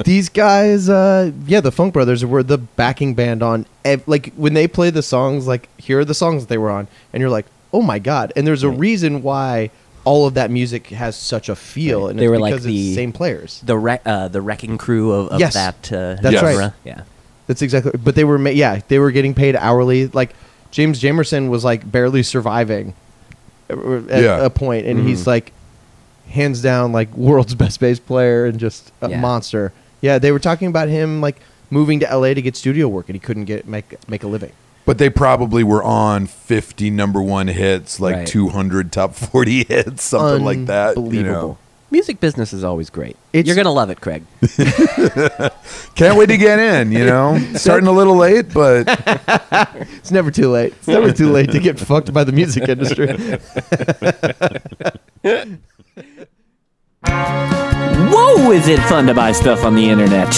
Speaker 3: These guys, uh, yeah, the Funk Brothers were the backing band on, ev- like, when they play the songs, like, here are the songs they were on, and you're like, oh my God. And there's a reason why all of that music has such a feel,
Speaker 2: Right.
Speaker 3: and
Speaker 2: They
Speaker 3: it's
Speaker 2: were like
Speaker 3: because it's
Speaker 2: the-
Speaker 3: the same players.
Speaker 2: The wreck uh, the wrecking crew of, of
Speaker 3: Yes.
Speaker 2: that uh,
Speaker 3: That's
Speaker 4: Yes.
Speaker 2: genre.
Speaker 3: right.
Speaker 2: Yeah.
Speaker 3: That's exactly, but they were, ma- yeah, they were getting paid hourly. Like, James Jamerson was, like, barely surviving at, at
Speaker 4: Yeah.
Speaker 3: a point, and he's, like, hands down, like, world's [laughs] best bass player and just a
Speaker 2: Yeah.
Speaker 3: monster. Yeah, they were talking about him, like, moving to LA to get studio work, and he couldn't get make make a living.
Speaker 4: But they probably were on 50 number one hits, like
Speaker 2: Right.
Speaker 4: 200 top 40 [laughs] hits, something like that. you know.
Speaker 3: Unbelievable.
Speaker 2: Music business is always great.
Speaker 3: It's-
Speaker 2: You're gonna love it, Craig.
Speaker 4: Can't wait to get in, you know? Starting a little late, but
Speaker 3: It's never too late. It's never too late to get fucked by the music industry.
Speaker 7: Whoa, is it fun to buy stuff on the internet?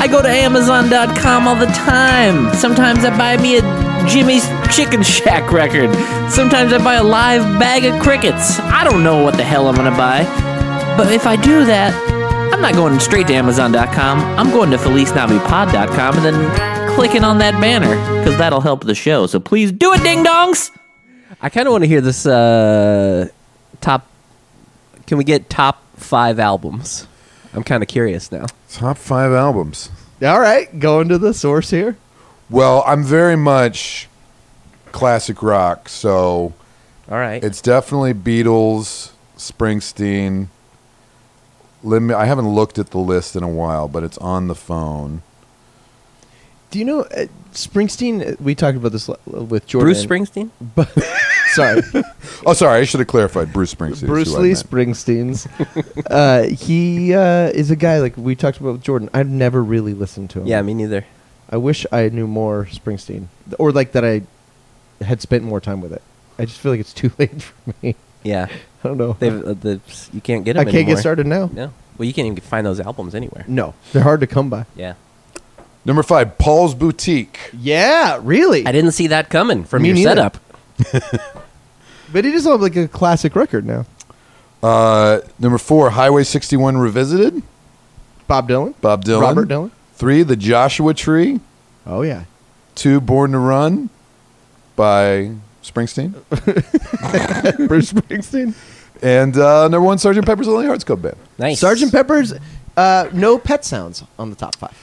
Speaker 7: I go to Amazon.com all the time. Sometimes I buy me a Jimmy's Chicken Shack record. Sometimes I buy a live bag of crickets. I don't know what the hell I'm gonna buy. But if I do that, I'm not going straight to Amazon.com. I'm going to FeliceNaviPod.com and then clicking on that banner, because that'll help the show. So please do it, ding dongs!
Speaker 2: I kind of want to hear this uh, top. Can we get top five albums? I'm kind of curious now.
Speaker 4: top five albums.
Speaker 3: All right, going to the source here.
Speaker 4: Well, I'm very much classic rock, so
Speaker 2: All right.
Speaker 4: it's definitely Beatles, Springsteen. Let me, I haven't looked at the list in a while, but it's on the phone.
Speaker 3: Do you know uh, Springsteen? uh, We talked about this l- with Jordan.
Speaker 2: Bruce Springsteen.
Speaker 3: But, [laughs] sorry,
Speaker 4: Oh, sorry, I should have clarified. Bruce Springsteen. is
Speaker 3: Bruce
Speaker 4: who I
Speaker 3: Lee
Speaker 4: meant.
Speaker 3: Springsteen's. uh, he uh, is a guy like we talked about with Jordan. I've never really listened to him.
Speaker 2: Yeah, me neither.
Speaker 3: I wish I knew more Springsteen, or like that I had spent more time with it. I just feel like it's [laughs] too late for me.
Speaker 2: Yeah,
Speaker 3: I don't know.
Speaker 2: they've uh, the you can't get
Speaker 3: I
Speaker 2: them.
Speaker 3: can't get started Mm. now.
Speaker 2: No. Well, you can't even find those albums anywhere.
Speaker 3: No, they're hard to come by.
Speaker 2: Yeah.
Speaker 4: Number five, Paul's Boutique.
Speaker 3: Yeah, really.
Speaker 2: I didn't see that coming from
Speaker 3: Me
Speaker 2: your
Speaker 3: neither.
Speaker 2: setup.
Speaker 3: But it is all like a classic record now.
Speaker 4: Uh, number four, Highway 61 Revisited.
Speaker 3: Bob Dylan.
Speaker 4: Bob Dylan.
Speaker 3: Robert Dylan.
Speaker 4: Three, The Joshua Tree.
Speaker 3: Oh [laughs] yeah.
Speaker 4: Two, Born to Run by Springsteen.
Speaker 3: Bruce Springsteen.
Speaker 4: And uh, number one, Sergeant Pepper's Lonely Hearts Club Band.
Speaker 2: Nice.
Speaker 3: Sergeant Pepper's. Uh, no pet sounds on the top five.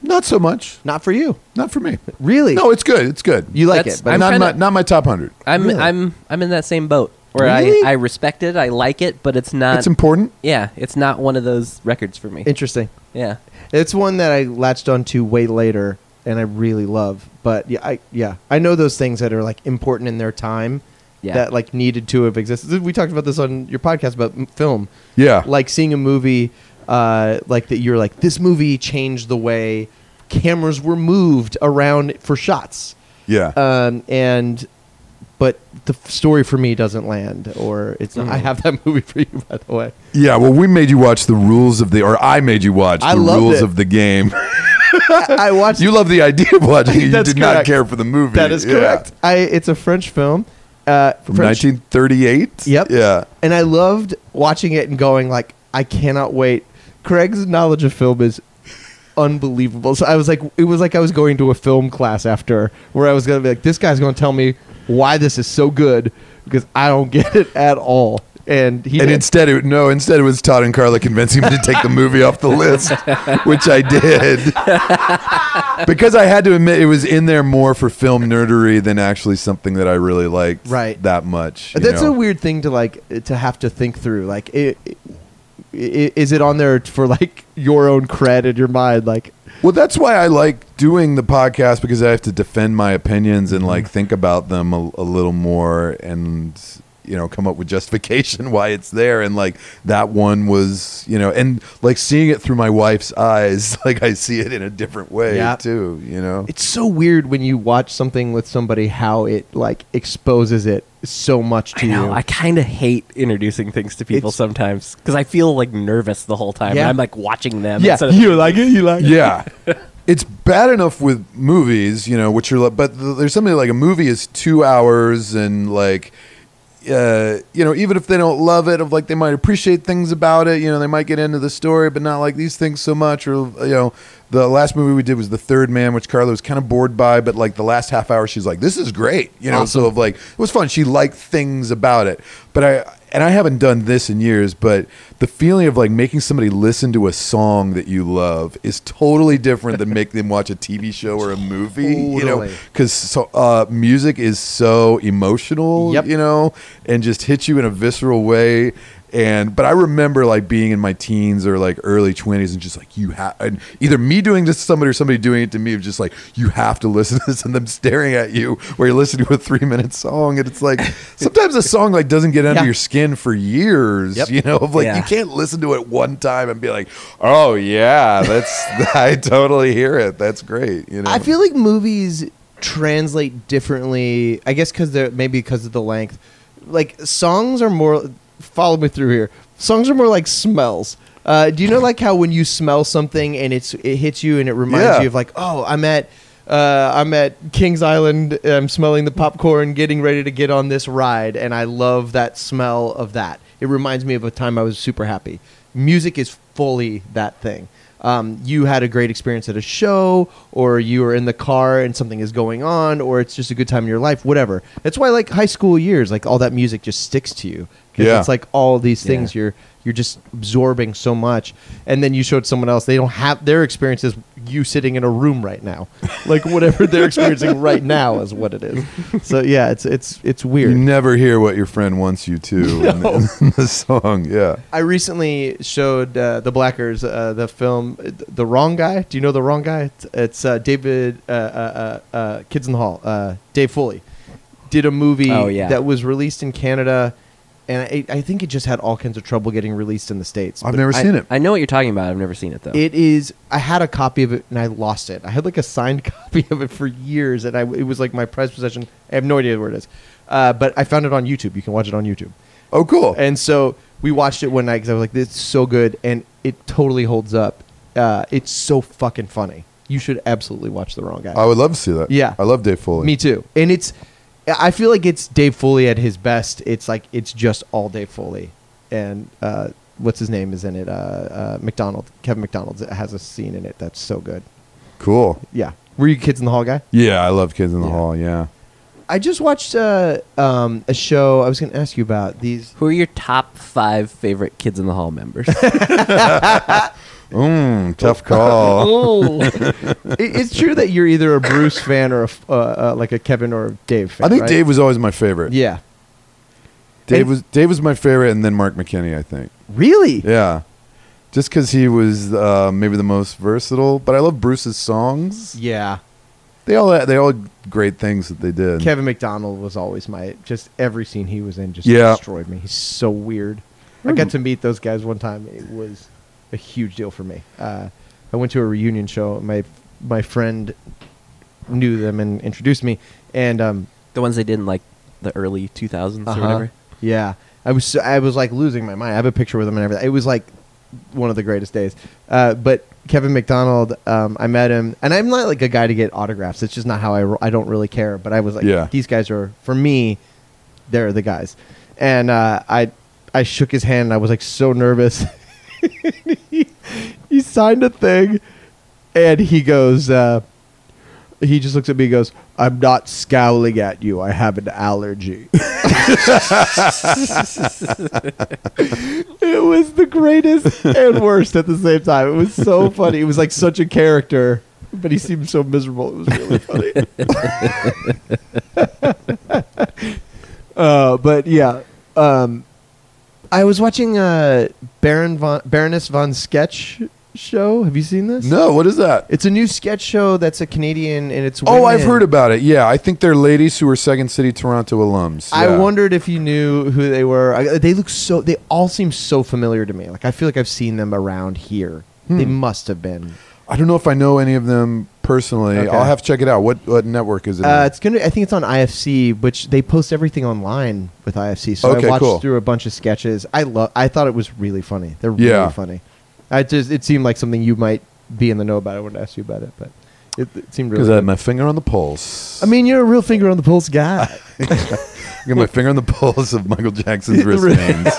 Speaker 4: Not so much.
Speaker 3: Not for you.
Speaker 4: Not for me.
Speaker 3: Really?
Speaker 4: No, it's good. It's good.
Speaker 3: You like
Speaker 2: That's-
Speaker 3: it, but
Speaker 2: I'm
Speaker 4: not,
Speaker 2: kinda-
Speaker 4: my, not my top 100.
Speaker 2: I'm
Speaker 3: Really?
Speaker 2: I'm I'm in that same boat where
Speaker 3: Really?
Speaker 2: I I respect it, I like it, but it's not.
Speaker 4: it's important.
Speaker 2: yeah, it's not one of those records for me.
Speaker 3: interesting.
Speaker 2: yeah.
Speaker 3: It's one that I latched onto way later, and I really love. But yeah, I yeah I know those things that are like important in their time,
Speaker 2: Yeah.
Speaker 3: that like needed to have existed. We talked about this on your podcast about m- film,
Speaker 4: Yeah.
Speaker 3: like seeing a movie, uh, like that you're like this movie changed the way cameras were moved around for shots,
Speaker 4: yeah.
Speaker 3: um, and but the f- story for me doesn't land, or it's not, I have that [laughs] movie for you by the [laughs] way.
Speaker 4: yeah. Well, we made you watch the rules of the, or I made you watch
Speaker 3: I
Speaker 4: the
Speaker 3: loved
Speaker 4: rules
Speaker 3: it.
Speaker 4: of the game. [laughs]
Speaker 3: I watched.
Speaker 4: you love the idea
Speaker 3: [laughs]
Speaker 4: of watching it. You did
Speaker 3: That's
Speaker 4: not
Speaker 3: correct.
Speaker 4: care for the movie.
Speaker 3: That is
Speaker 4: Yeah.
Speaker 3: correct. I it's a French film. Uh,
Speaker 4: From
Speaker 3: French,
Speaker 4: 1938.
Speaker 3: Yep.
Speaker 4: Yeah.
Speaker 3: and I loved watching it and going like, I cannot wait. Craig's knowledge of film is unbelievable. So I was like, it was like I was going to a film class after where I was gonna be like, this guy's gonna tell me why this is so good because I don't [laughs] get it at all. And he
Speaker 4: And
Speaker 3: did.
Speaker 4: instead, it, no, instead it was Todd and Carla convincing me to take the movie off the list, which I did. [laughs] because I had to admit it was in there more for film nerdery than actually something that I really liked
Speaker 3: Right.
Speaker 4: that much. you
Speaker 3: That's
Speaker 4: know?
Speaker 3: a weird thing to like to have to think through. Like, i i- i- is it on there for like [laughs] your own cred in your mind? Like,
Speaker 4: Well, that's why I like doing the podcast because I have to defend my opinions and like think about them a, a little more and you know come up with justification [laughs] why it's there and like that one was you know and like seeing it through my wife's eyes [laughs] like I see it in a different way
Speaker 3: Yeah.
Speaker 4: too you know
Speaker 3: it's so weird when you watch something with somebody how it like exposes it so much to
Speaker 2: I know.
Speaker 3: you.
Speaker 2: I kind of hate introducing things to people
Speaker 3: It's-
Speaker 2: sometimes because I feel like nervous the whole time.
Speaker 3: Yeah.
Speaker 2: And I'm like watching them.
Speaker 3: yeah,
Speaker 2: instead of-
Speaker 3: you like it, you like it.
Speaker 4: [laughs] yeah it's bad enough with movies you know which are li- but th- there's something like a movie is two hours and like uh, you know even if they don't love it of like they might appreciate things about it you know they might get into the story but not like these things so much or you know the last movie we did was the third man which carla was kind of bored by but like the last half hour she's like this is great you know so of like it was fun she liked things about it but i and I haven't done this in years, but the feeling of like making somebody listen to a song that you love is totally different than making them watch a TV show or a movie. You know,
Speaker 3: Totally.
Speaker 4: because so uh, music is so emotional.
Speaker 3: Yep.
Speaker 4: You know, and just hits you in a visceral way. And but I remember like being in my teens or like early twenties and just like you have and either me doing this to somebody or somebody doing it to me of just like you have to listen [laughs] to this and them staring at you where you're listening to a three minute song and it's
Speaker 3: [laughs]
Speaker 4: like sometimes a song like doesn't get under
Speaker 3: Yeah.
Speaker 4: your skin for years you know of like
Speaker 2: Yeah.
Speaker 4: you can't listen to it one time and be like oh yeah that's [laughs] I totally hear it that's great you know
Speaker 3: I feel like movies translate differently. I guess because they're maybe because of the length. Like songs are more. Follow me through here. Songs are more like smells. Uh, do you know like how when you smell something and it's it hits you and it reminds
Speaker 4: Yeah.
Speaker 3: you of like oh I'm at. Uh, I'm at Kings Island. I'm smelling the popcorn, getting ready to get on this ride, and I love that smell of that. It reminds me of a time I was super happy. Music is fully that thing um, you had a great experience at a show or you were in the car and something is going on or it's just a good time in your life whatever that's why like high school years like all that music just sticks to you 'Cause
Speaker 4: Yeah.
Speaker 3: it's like all these things you're you're just absorbing so much and then you showed someone else they don't have their experience is you sitting in a room right
Speaker 4: [laughs]
Speaker 3: now like whatever they're experiencing right now is what it is so yeah it's it's it's weird
Speaker 4: You never hear what your friend wants you
Speaker 3: [laughs]
Speaker 4: to in, in the song. Yeah.
Speaker 3: I recently showed uh, the Blackers uh, the film uh, The Wrong Guy. Do you know The Wrong Guy? It's, it's uh, David uh, uh, uh, uh, Kids in the Hall. Uh, Dave Foley did a movie
Speaker 2: Oh, yeah.
Speaker 3: that was released in Canada, and I, I think it just had all kinds of trouble getting released in the states.
Speaker 4: I've
Speaker 3: but
Speaker 4: never
Speaker 3: I-
Speaker 4: seen it.
Speaker 2: I know what you're talking about. I've never seen it though.
Speaker 3: It is. I had a copy of it and I lost it. I had like a signed [laughs] copy of it for years, and I it was like my prized possession. I have no idea where it is, uh, but I found it on YouTube. You can watch it on YouTube.
Speaker 4: oh, cool.
Speaker 3: And so we watched it one night because I was like, "This is so good," and it totally holds up. Uh, it's so fucking funny. You should absolutely watch The Wrong Guy.
Speaker 4: I would love to see that.
Speaker 3: Yeah.
Speaker 4: I love Dave Foley.
Speaker 3: Me too. And it's, I feel like it's Dave Foley at his best. It's like it's just all Dave Foley, and uh, what's his name is in it? Uh, uh, McDonald, Kevin McDonald has a scene in it that's so good.
Speaker 4: Cool.
Speaker 3: Yeah. Were you kids in the hall guy?
Speaker 4: Yeah, I love Kids in the
Speaker 3: Yeah.
Speaker 4: Hall. Yeah.
Speaker 3: I just watched uh, um, a show. I was going to ask you about these.
Speaker 2: Who are your top five favorite Kids in the Hall members?
Speaker 4: Mm,
Speaker 3: [laughs]
Speaker 4: tough call.
Speaker 3: Oh, it's true that you're either a Bruce fan or a, f- uh, uh, like a Kevin or a Dave fan.
Speaker 4: I think
Speaker 3: right?
Speaker 4: Dave was always my favorite.
Speaker 3: Yeah.
Speaker 4: Dave
Speaker 3: I-
Speaker 4: was Dave was my favorite, and then Mark McKinney. I think.
Speaker 3: Really?
Speaker 4: Yeah. Just because he was uh, maybe the most versatile, but I love Bruce's songs.
Speaker 3: Yeah.
Speaker 4: They all they all had great things that they did.
Speaker 3: Kevin McDonald was always my just every scene he was in just
Speaker 4: Yeah. Mm.
Speaker 3: destroyed me. He's so weird. I got to meet those guys one time. It was a huge deal for me. Uh, I went to a reunion show. My my friend knew them and introduced me, and um,
Speaker 2: the ones they did in like the early 2000s or
Speaker 3: Uh-huh. [laughs]
Speaker 2: whatever.
Speaker 3: Yeah, I was so, I was like losing my mind. I have a picture with him and everything. It was like one of the greatest days. Uh, but Kevin McDonald, um, I met him, and I'm not like a guy to get autographs. It's just not how I. ro- I don't really care. But I was like,
Speaker 4: Yeah.
Speaker 3: these guys are for me. They're the guys, and uh, I I shook his hand. and I was like so nervous. [laughs] he, he signed a thing, and he goes. Uh, he just looks at me and goes, I'm not scowling at you. I have an allergy. [laughs] it was the greatest and worst at the same time. It was so funny. It was like such a character, but he seemed so miserable. It was really funny. [laughs] uh, but yeah. Um, I was watching uh, Baron von, Baroness von Sketch show. Have you seen this?
Speaker 4: No, what is that?
Speaker 3: It's a new sketch show that's a Canadian and it's.
Speaker 4: oh,
Speaker 3: women.
Speaker 4: I've heard about it. Yeah, I think they're ladies who are Second City Toronto alums.
Speaker 3: I
Speaker 4: Yeah.
Speaker 3: wondered if you knew who they were. I, they look so. They all seem so familiar to me. Like I feel like I've seen them around here. They
Speaker 4: Hmm.
Speaker 3: must have been.
Speaker 4: I don't know if I know any of them personally.
Speaker 3: Okay.
Speaker 4: I'll have to check it out. What what network is it?
Speaker 3: Uh,
Speaker 4: on?
Speaker 3: it's gonna. I think it's on IFC, which they post everything online with IFC. So
Speaker 4: Okay,
Speaker 3: I watched
Speaker 4: cool.
Speaker 3: through a bunch of sketches. I love. I thought it was really funny. They're
Speaker 4: Yeah.
Speaker 3: really funny. I just. It seemed like something you might be in the know about. I wanted to ask you about it, but it, it seemed really.
Speaker 4: Because I had
Speaker 3: good.
Speaker 4: my finger on the pulse.
Speaker 3: I mean, you're a real finger on the pulse guy.
Speaker 4: [laughs] I got my finger on the [laughs] pulse of
Speaker 2: [laughs]
Speaker 4: Michael Jackson's wristbands.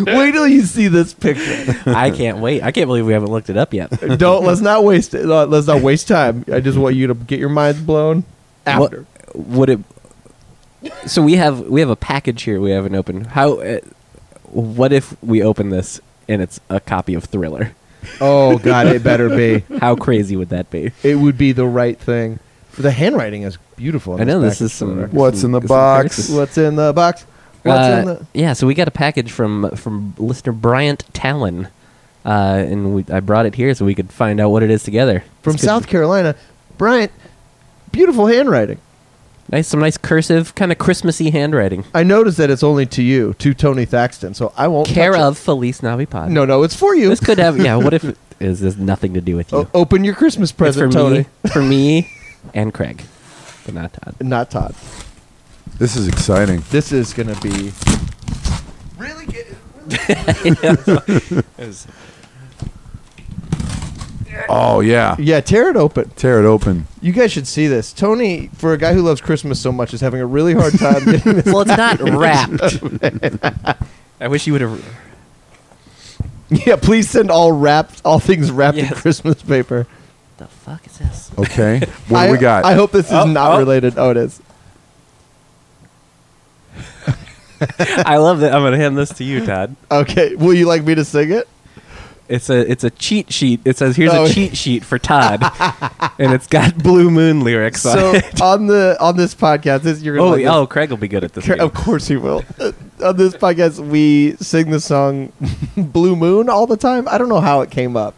Speaker 3: Wait till you see this picture.
Speaker 2: I can't wait. I can't believe we haven't looked it up yet.
Speaker 3: [laughs] don't let's not waste it. Uh, Let's not waste time. I just want you to get your minds blown
Speaker 2: What-
Speaker 3: after.
Speaker 2: would it? So we have we have a package here. We haven't opened. How? Uh, what if we open this and it's a copy of Thriller?
Speaker 3: Oh God, it better be. [laughs]
Speaker 2: How crazy would that be?
Speaker 3: It would be the right thing. The handwriting is beautiful. in
Speaker 2: I know this
Speaker 3: package
Speaker 2: is some-
Speaker 3: photo.
Speaker 4: What's in the
Speaker 2: Some-
Speaker 4: box?
Speaker 3: What's in the box? What's in
Speaker 2: Uh,
Speaker 3: the?
Speaker 2: yeah, so we got a package from from listener Bryant Talon, uh, and we, I brought it here so we could find out what it is together.
Speaker 3: From
Speaker 2: It's good-
Speaker 3: South Carolina, Bryant. Beautiful handwriting.
Speaker 2: nice, some nice cursive, kind of Christmassy handwriting.
Speaker 3: I noticed that it's only to you, to Tony Thaxton. So I won't
Speaker 2: Care
Speaker 3: touch it.
Speaker 2: of Felice Navipod.
Speaker 3: No, no, it's for you.
Speaker 2: this could have. Yeah, what if it is this nothing to do with you?
Speaker 3: O- open your Christmas
Speaker 2: It's
Speaker 3: Oh, present,
Speaker 2: for
Speaker 3: Tony.
Speaker 2: me, for me, and Craig, but not
Speaker 3: [laughs]
Speaker 2: Todd.
Speaker 3: Not Todd.
Speaker 4: This is exciting.
Speaker 3: This is gonna be.
Speaker 4: Oh yeah,
Speaker 3: Yeah, tear it open.
Speaker 4: tear it open.
Speaker 3: You guys should see this. Tony, for a guy who loves Christmas so much, is having a really hard time getting this.
Speaker 2: Well, it's not wrapped. I wish you would have.
Speaker 3: [laughs] Yeah, please send all wrapped, all things wrapped in
Speaker 2: Yes.
Speaker 3: Christmas paper.
Speaker 2: The fuck is this? [laughs]
Speaker 4: Okay, what
Speaker 3: I,
Speaker 4: do we got?
Speaker 3: I hope this is not related. Oh, it is.
Speaker 2: I love that. I'm gonna hand this to you, Todd.
Speaker 3: Okay, will you like me to sing it?
Speaker 2: It's a it's a cheat sheet. It says here's
Speaker 3: Oh.
Speaker 2: a cheat sheet for
Speaker 3: [laughs]
Speaker 2: Todd, and it's got Blue Moon lyrics
Speaker 3: So
Speaker 2: on
Speaker 3: [laughs]
Speaker 2: it.
Speaker 3: on the on this podcast, this, you're gonna.
Speaker 2: Oh,
Speaker 3: like this.
Speaker 2: oh, Craig will be good at this.
Speaker 3: Cra-
Speaker 2: meeting.
Speaker 3: Of course he will. Uh, on this podcast, we sing the song [laughs] "Blue Moon" all the time. I don't know how it came up.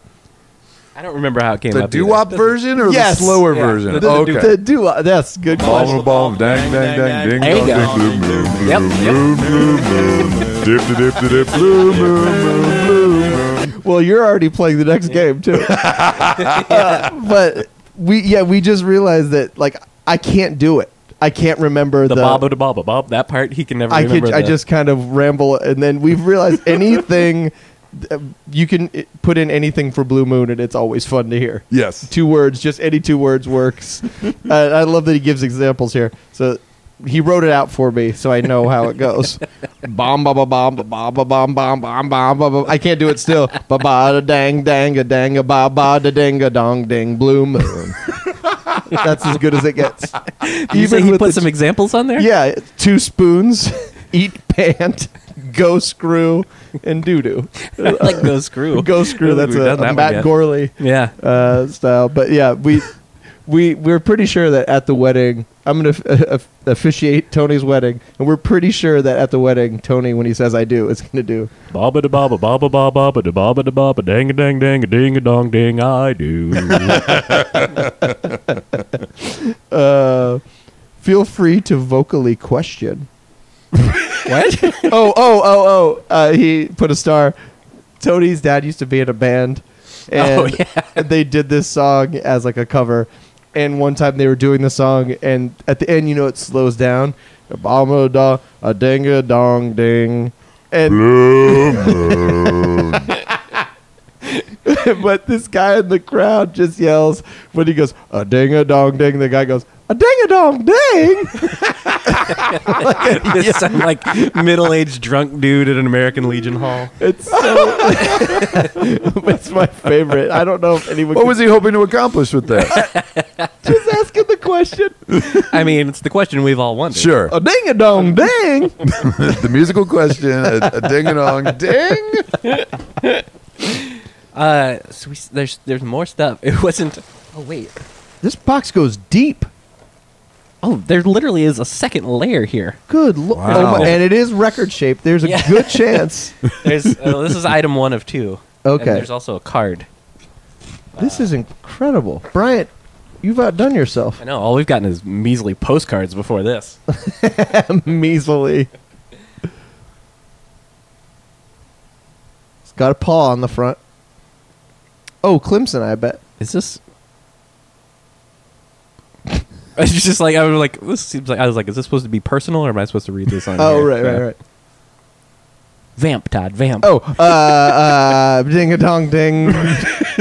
Speaker 2: I don't remember how it came
Speaker 4: the
Speaker 2: up.
Speaker 4: doo wop
Speaker 2: either.
Speaker 4: version or
Speaker 3: Yes.
Speaker 4: the slower
Speaker 2: Yeah,
Speaker 4: version?
Speaker 2: the- the
Speaker 4: Oh, okay.
Speaker 2: doo-wop.
Speaker 3: The do that's good
Speaker 4: Ball
Speaker 3: question.
Speaker 4: ball, dang, dang, dang, ding,
Speaker 2: There you
Speaker 4: dong,
Speaker 2: go.
Speaker 4: ding, blue moon,
Speaker 2: Yep,
Speaker 4: blue
Speaker 2: yep.
Speaker 4: moon, blue moon, dip, da, dip, da, dip, blue moon, blue moon.
Speaker 3: Well, you're already playing the next game too.
Speaker 2: [laughs]
Speaker 3: Uh, but we yeah we just realized that like I can't do it. I can't remember
Speaker 2: The
Speaker 3: the.
Speaker 2: Bob da Bob Bob. That part he can never
Speaker 3: I
Speaker 2: remember.
Speaker 3: could, I
Speaker 2: the-
Speaker 3: just kind of ramble, and then we've realized
Speaker 2: [laughs]
Speaker 3: anything uh, you can uh, put in anything for Blue Moon, and it's always fun to hear.
Speaker 4: Yes.
Speaker 3: two words, just any two
Speaker 2: [laughs]
Speaker 3: words works. uh, I love that he gives examples here. So he wrote it out for me, so I know how
Speaker 2: [laughs]
Speaker 3: it goes. Bomb, ba ba bomb, ba ba ba bomb, bomb, bomb, bomb, ba ba. I can't do
Speaker 2: [laughs]
Speaker 3: it still. Ba ba da dang, dang a dang a ba ba da ding a dong ding blue moon. That's as good as it gets.
Speaker 2: Did [laughs] you say he
Speaker 3: with
Speaker 2: put
Speaker 3: the-
Speaker 2: some examples on there.
Speaker 3: yeah, two spoons, [laughs] eat pant, [laughs] go screw, and doo doo.
Speaker 2: like [laughs] go screw.
Speaker 3: Go screw.
Speaker 2: We've
Speaker 3: That's a,
Speaker 2: done
Speaker 3: a
Speaker 2: that one
Speaker 3: Matt
Speaker 2: yet.
Speaker 3: Gorley
Speaker 2: Yeah.
Speaker 3: uh, style. But yeah, we we we're pretty sure that at the wedding, I'm going to uh, officiate Tony's wedding, and we're pretty sure that at the wedding, Tony, when he says "I do," is going to do.
Speaker 8: Baba [laughs] da baba baba baba baba da baba da baba dang a dang dang a ding a dong ding I do.
Speaker 3: Uh, feel free to vocally question.
Speaker 2: [laughs] What?
Speaker 3: [laughs] oh oh oh oh! Uh, he put a star. Tony's dad used to be in a band, and
Speaker 2: Oh,
Speaker 3: they did this song as like a cover. And one time they were doing the song, and at the end, you know, it slows down. A bomb da a ding a dong ding, and
Speaker 4: Blue moon.
Speaker 3: [laughs] but this guy in the crowd just yells when he goes a ding a dong ding. The guy goes a ding a dong ding.
Speaker 2: this
Speaker 3: [laughs]
Speaker 2: sound like middle-aged drunk dude at an American Legion hall.
Speaker 3: It's so. [laughs] it's my favorite. I don't know if anyone.
Speaker 4: What
Speaker 3: could-
Speaker 4: was he hoping to accomplish with that?
Speaker 2: [laughs]
Speaker 3: just asking the [laughs] question?
Speaker 2: I mean, it's the question we've all wondered.
Speaker 4: Sure. [laughs]
Speaker 3: A ding a dong ding.
Speaker 4: the musical question, a, a ding a dong ding.
Speaker 2: Uh, so we, s- there's there's more stuff. It wasn't. Oh wait.
Speaker 3: This box goes deep.
Speaker 2: Oh, there literally is a second layer here.
Speaker 3: Good lord. Oh,
Speaker 4: Wow.
Speaker 3: and it is record shaped. There's a
Speaker 2: Yeah.
Speaker 3: good [laughs] chance.
Speaker 2: There's uh, this is item one of two. And
Speaker 3: Okay.
Speaker 2: there's also a card.
Speaker 3: This is incredible. Bryant, you've outdone [laughs] yourself
Speaker 2: I know. All we've gotten is measly postcards before
Speaker 3: [laughs]
Speaker 2: this.
Speaker 3: measily. It's got a paw on the front. Oh, Clemson, I bet.
Speaker 2: Is this? [laughs] I was just like I was like this seems like I was like is this supposed to be personal or am I supposed to read this on?
Speaker 3: Oh,
Speaker 2: here?
Speaker 3: right, right,
Speaker 2: Yeah.
Speaker 3: right.
Speaker 2: Vamp, Todd. Vamp.
Speaker 3: Oh, [laughs] uh, uh, [laughs] ding a dong ding.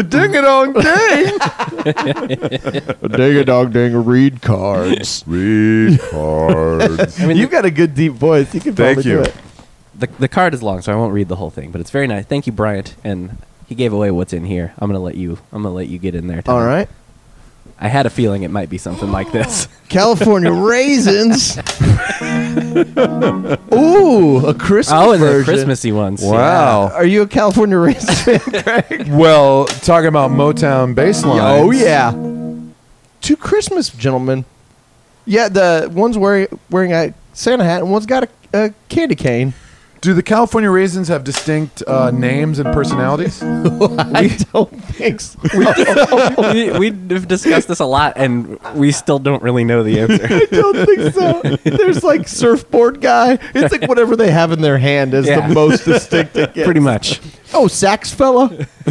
Speaker 4: ding
Speaker 2: [laughs]
Speaker 4: a dong ding.
Speaker 3: ding a dong ding, read cards.
Speaker 4: Read cards.
Speaker 2: I mean,
Speaker 3: You've got a good deep voice. You can
Speaker 4: Thank
Speaker 3: probably do
Speaker 4: you.
Speaker 3: it.
Speaker 2: the, the card is long, so I won't read the whole thing, but it's very nice. Thank you, Bryant. And he gave away what's in here. I'm gonna let you. I'm gonna let you get in there. Todd.
Speaker 3: All right.
Speaker 2: I had a feeling it might be something like
Speaker 3: [gasps]
Speaker 2: this. [laughs]
Speaker 3: California raisins. Ooh, a Christmas
Speaker 2: oh, and the
Speaker 3: version.
Speaker 2: Christmassy ones.
Speaker 4: Wow.
Speaker 3: Are you a
Speaker 2: [laughs]
Speaker 3: California raisin fan?
Speaker 4: Oh, Well, talking about Motown baseline.
Speaker 3: oh yeah. two Christmas gentlemen. Yeah, the one's wearing wearing a Santa hat and one's got a, a candy cane.
Speaker 4: Do the California raisins have distinct uh, names and personalities?
Speaker 3: I don't think so.
Speaker 2: we, we've discussed this a lot, and we still don't really know the
Speaker 3: [laughs]
Speaker 2: answer. [laughs]
Speaker 3: I [laughs] don't think so. There's like surfboard guy. It's like whatever they have in their hand is
Speaker 2: Yeah.
Speaker 3: the
Speaker 2: [laughs]
Speaker 3: most distinct. it gets.
Speaker 2: Pretty much.
Speaker 3: Oh, sax fella [laughs]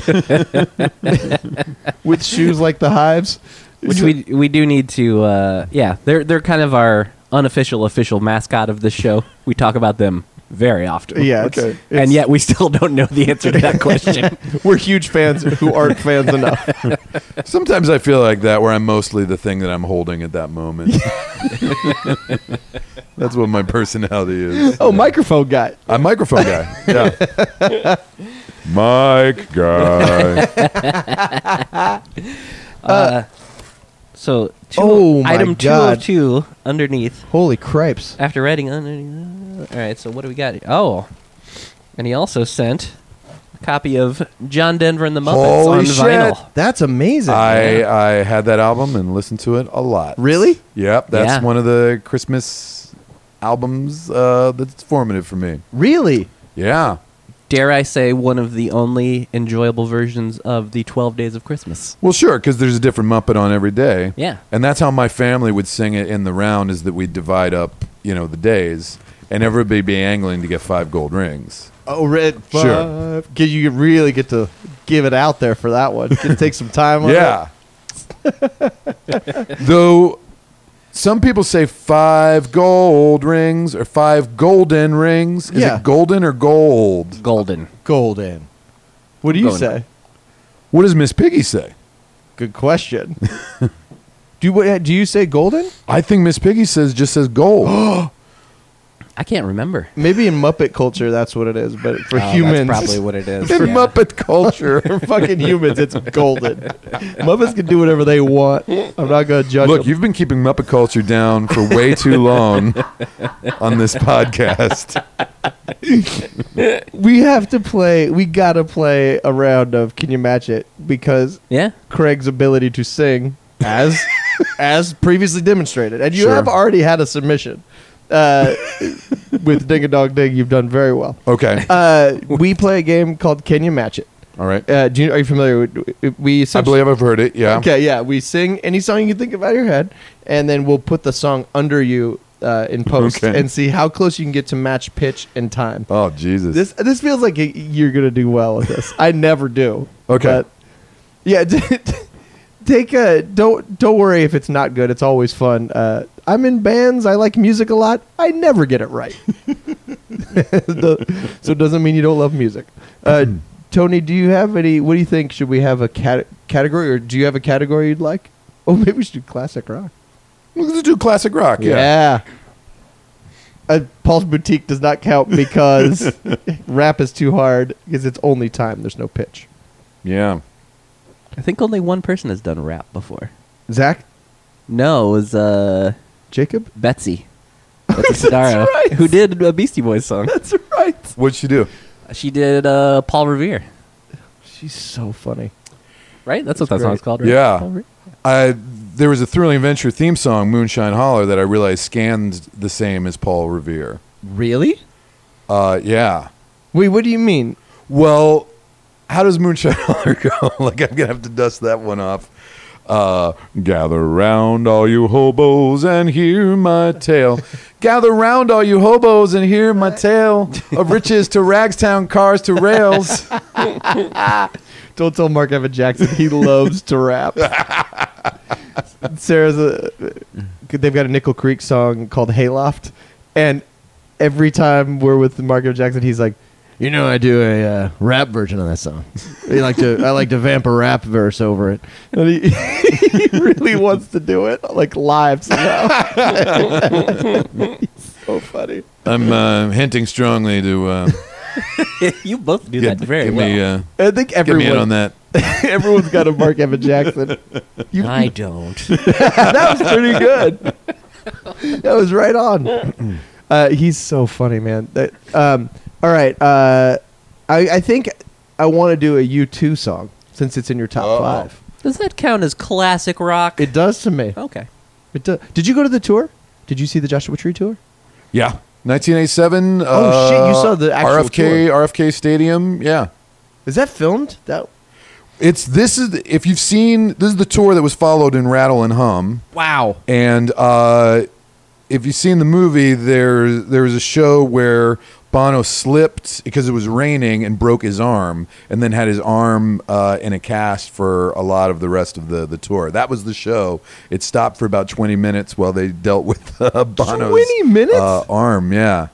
Speaker 3: with shoes like the hives.
Speaker 2: Which we we do need to. Uh, yeah, they're they're kind of our unofficial official mascot of this show. We talk about them very often.
Speaker 3: Yeah, it's- Okay.
Speaker 2: and
Speaker 3: it's-
Speaker 2: yet we still don't know the answer to
Speaker 3: [laughs]
Speaker 2: that question.
Speaker 3: We're huge fans who aren't fans enough.
Speaker 4: [laughs] Sometimes I feel like that, where I'm mostly the thing that I'm holding at that moment. [laughs] That's what my personality [laughs] is.
Speaker 3: [laughs] Oh, microphone guy.
Speaker 4: I'm microphone guy. [laughs] Yeah. Mike guy.
Speaker 2: so two,
Speaker 3: Oh my
Speaker 2: item two
Speaker 3: God.
Speaker 2: of two underneath
Speaker 3: Holy cripes.
Speaker 2: after writing underneath. All right, so what do we got? Oh, and he also sent a copy of John Denver and the Muppets
Speaker 4: Holy
Speaker 2: on
Speaker 4: shit.
Speaker 2: vinyl.
Speaker 3: That's amazing.
Speaker 4: I I had that album and listened to it a lot.
Speaker 3: really?
Speaker 4: Yep. That's
Speaker 2: Yeah.
Speaker 4: one of the Christmas albums uh, that's formative for me.
Speaker 3: Really?
Speaker 4: Yeah.
Speaker 2: Dare I say one of the only enjoyable versions of the Twelve Days of Christmas?
Speaker 4: Well, sure, because there's a different Muppet on every day.
Speaker 2: Yeah.
Speaker 4: And that's how my family would sing it in the round is that we'd divide up, you know, the days and everybody be angling to get five gold rings.
Speaker 3: Oh, red.
Speaker 4: Sure.
Speaker 3: Sure. You really get to give it out there for that one. Get to take some time on
Speaker 4: yeah. [laughs] Though some people say five gold rings or five golden rings. Is
Speaker 3: Yeah.
Speaker 4: it golden or gold?
Speaker 2: Golden.
Speaker 3: it. Golden. What do you
Speaker 2: Golden.
Speaker 3: say?
Speaker 4: What does Miss Piggy say?
Speaker 3: Good question. [laughs] do, you, what, do you say golden?
Speaker 4: I think Miss Piggy says just says
Speaker 3: [gasps]
Speaker 4: gold.
Speaker 2: I can't remember.
Speaker 3: Maybe in Muppet culture, that's what it is. But for
Speaker 2: Oh,
Speaker 3: humans,
Speaker 2: That's probably what it
Speaker 3: [laughs]
Speaker 2: is.
Speaker 4: in
Speaker 2: yeah.
Speaker 4: Muppet culture.
Speaker 3: for [laughs] fucking humans, it's
Speaker 4: [laughs]
Speaker 3: golden. Muppets can do whatever they want. I'm not going to judge
Speaker 4: Look,
Speaker 3: 'em.
Speaker 4: you've been keeping Muppet culture down for way
Speaker 3: [laughs]
Speaker 4: too long on this podcast.
Speaker 3: we have to play. We gotta play a round of Can You Match It because
Speaker 2: Yeah.
Speaker 3: Craig's ability to sing, as [laughs] as previously demonstrated, and you
Speaker 4: Sure.
Speaker 3: have already had a submission uh, [laughs] with Ding a Dog Ding. You've done very well.
Speaker 4: Okay.
Speaker 3: Uh, we play a game called Can You Match It.
Speaker 4: All right.
Speaker 3: Uh, do you, are you familiar with? We
Speaker 4: I believe I've heard it. Yeah.
Speaker 3: Okay, yeah, we sing any song you can think of out of your head, and then we'll put the song under you uh, in post
Speaker 4: Okay.
Speaker 3: and see how close you can get to match pitch and time.
Speaker 4: Oh, Jesus.
Speaker 3: This this feels like y- you're gonna do well with this. I never do.
Speaker 4: Okay.
Speaker 3: yeah, [laughs] t- t- take a don't don't worry if it's not good. It's always fun. Uh, I'm in bands. I like music a lot. I never get it
Speaker 4: [laughs]
Speaker 3: right. [laughs] The- so it doesn't mean you don't love music.
Speaker 4: [clears throat]
Speaker 3: Uh, Tony, do you have any? What do you think? Should we have a cat- category, or do you have a category you'd like? Oh, [laughs] maybe we should do classic rock.
Speaker 4: Let's do classic rock. Yeah.
Speaker 3: Uh, Paul's Boutique does not count [laughs] because rap is too hard because it's only time. There's no pitch.
Speaker 4: Yeah.
Speaker 2: I think only one person has done rap before.
Speaker 3: Zach,
Speaker 2: No, it was uh,
Speaker 3: Jacob? [laughs]
Speaker 2: Betsy. Betsy Sidara,
Speaker 3: right.
Speaker 2: who did a Beastie Boys song.
Speaker 3: That's right.
Speaker 4: What'd she do?
Speaker 2: She did uh, Paul Revere,
Speaker 3: She's so funny.
Speaker 2: right? That's what that
Speaker 3: That's
Speaker 2: song's
Speaker 3: great.
Speaker 2: called, right?
Speaker 4: Yeah.
Speaker 2: Paul Revere?
Speaker 4: I there was a thrilling adventure theme song, Moonshine Holler, that I realized scanned the same as Paul Revere.
Speaker 6: [laughs]
Speaker 2: Really?
Speaker 4: Uh, yeah.
Speaker 3: Wait, what do you mean?
Speaker 4: Well, how does Moonshine [laughs] Holler go? like I'm gonna have to dust that one off. Uh, gather round all you hobos and hear my tale. gather round all you hobos and hear my tale
Speaker 3: [laughs]
Speaker 4: of riches to Ragstown, cars to rails.
Speaker 3: Don't tell Mark Evan Jackson he loves to [laughs] rap. Sarah's a. They've got a Nickel Creek song called Hayloft, and every time we're with Mark Evan Jackson, he's like, "You know, I do a uh, rap version of that song. I like to, I like to vamp a rap verse over it." And he, he [laughs] really wants to do it like live somehow. [laughs] It's so funny.
Speaker 4: I'm uh, hinting strongly to uh,
Speaker 2: you both do
Speaker 4: get,
Speaker 2: that very
Speaker 4: get
Speaker 2: well.
Speaker 4: me uh,
Speaker 3: I think
Speaker 4: get
Speaker 3: everyone
Speaker 4: me in on that.
Speaker 3: [laughs] Everyone's got a Mark Evan Jackson. You,
Speaker 2: I don't.
Speaker 3: that was pretty good. [laughs] that was right [clears throat] on. Uh, he's so funny, man. That, um, all right. Uh, I, I think I want to do a U2 song since it's in your top
Speaker 4: Oh.
Speaker 3: five.
Speaker 6: Does that count as classic rock?
Speaker 3: It does to me.
Speaker 6: okay.
Speaker 3: It do- Did you go to the tour? Did you see the Joshua Tree tour?
Speaker 4: Yeah. 1987.
Speaker 3: Oh, shit, you
Speaker 4: uh,
Speaker 3: saw the actual
Speaker 4: RFK
Speaker 3: tour.
Speaker 4: RFK Stadium. Yeah.
Speaker 3: Is that filmed? That
Speaker 4: It's this is if you've seen this is the tour that was followed in Rattle and Hum.
Speaker 6: Wow.
Speaker 4: And uh, if you've seen the movie, there there was a show where Bono slipped because it was raining and broke his arm, and then had his arm uh, in a cast for a lot of the rest of the, the tour. That was the show. It stopped for about twenty minutes while they dealt with uh, Bono's
Speaker 3: 20 minutes?
Speaker 4: uh, arm. Yeah,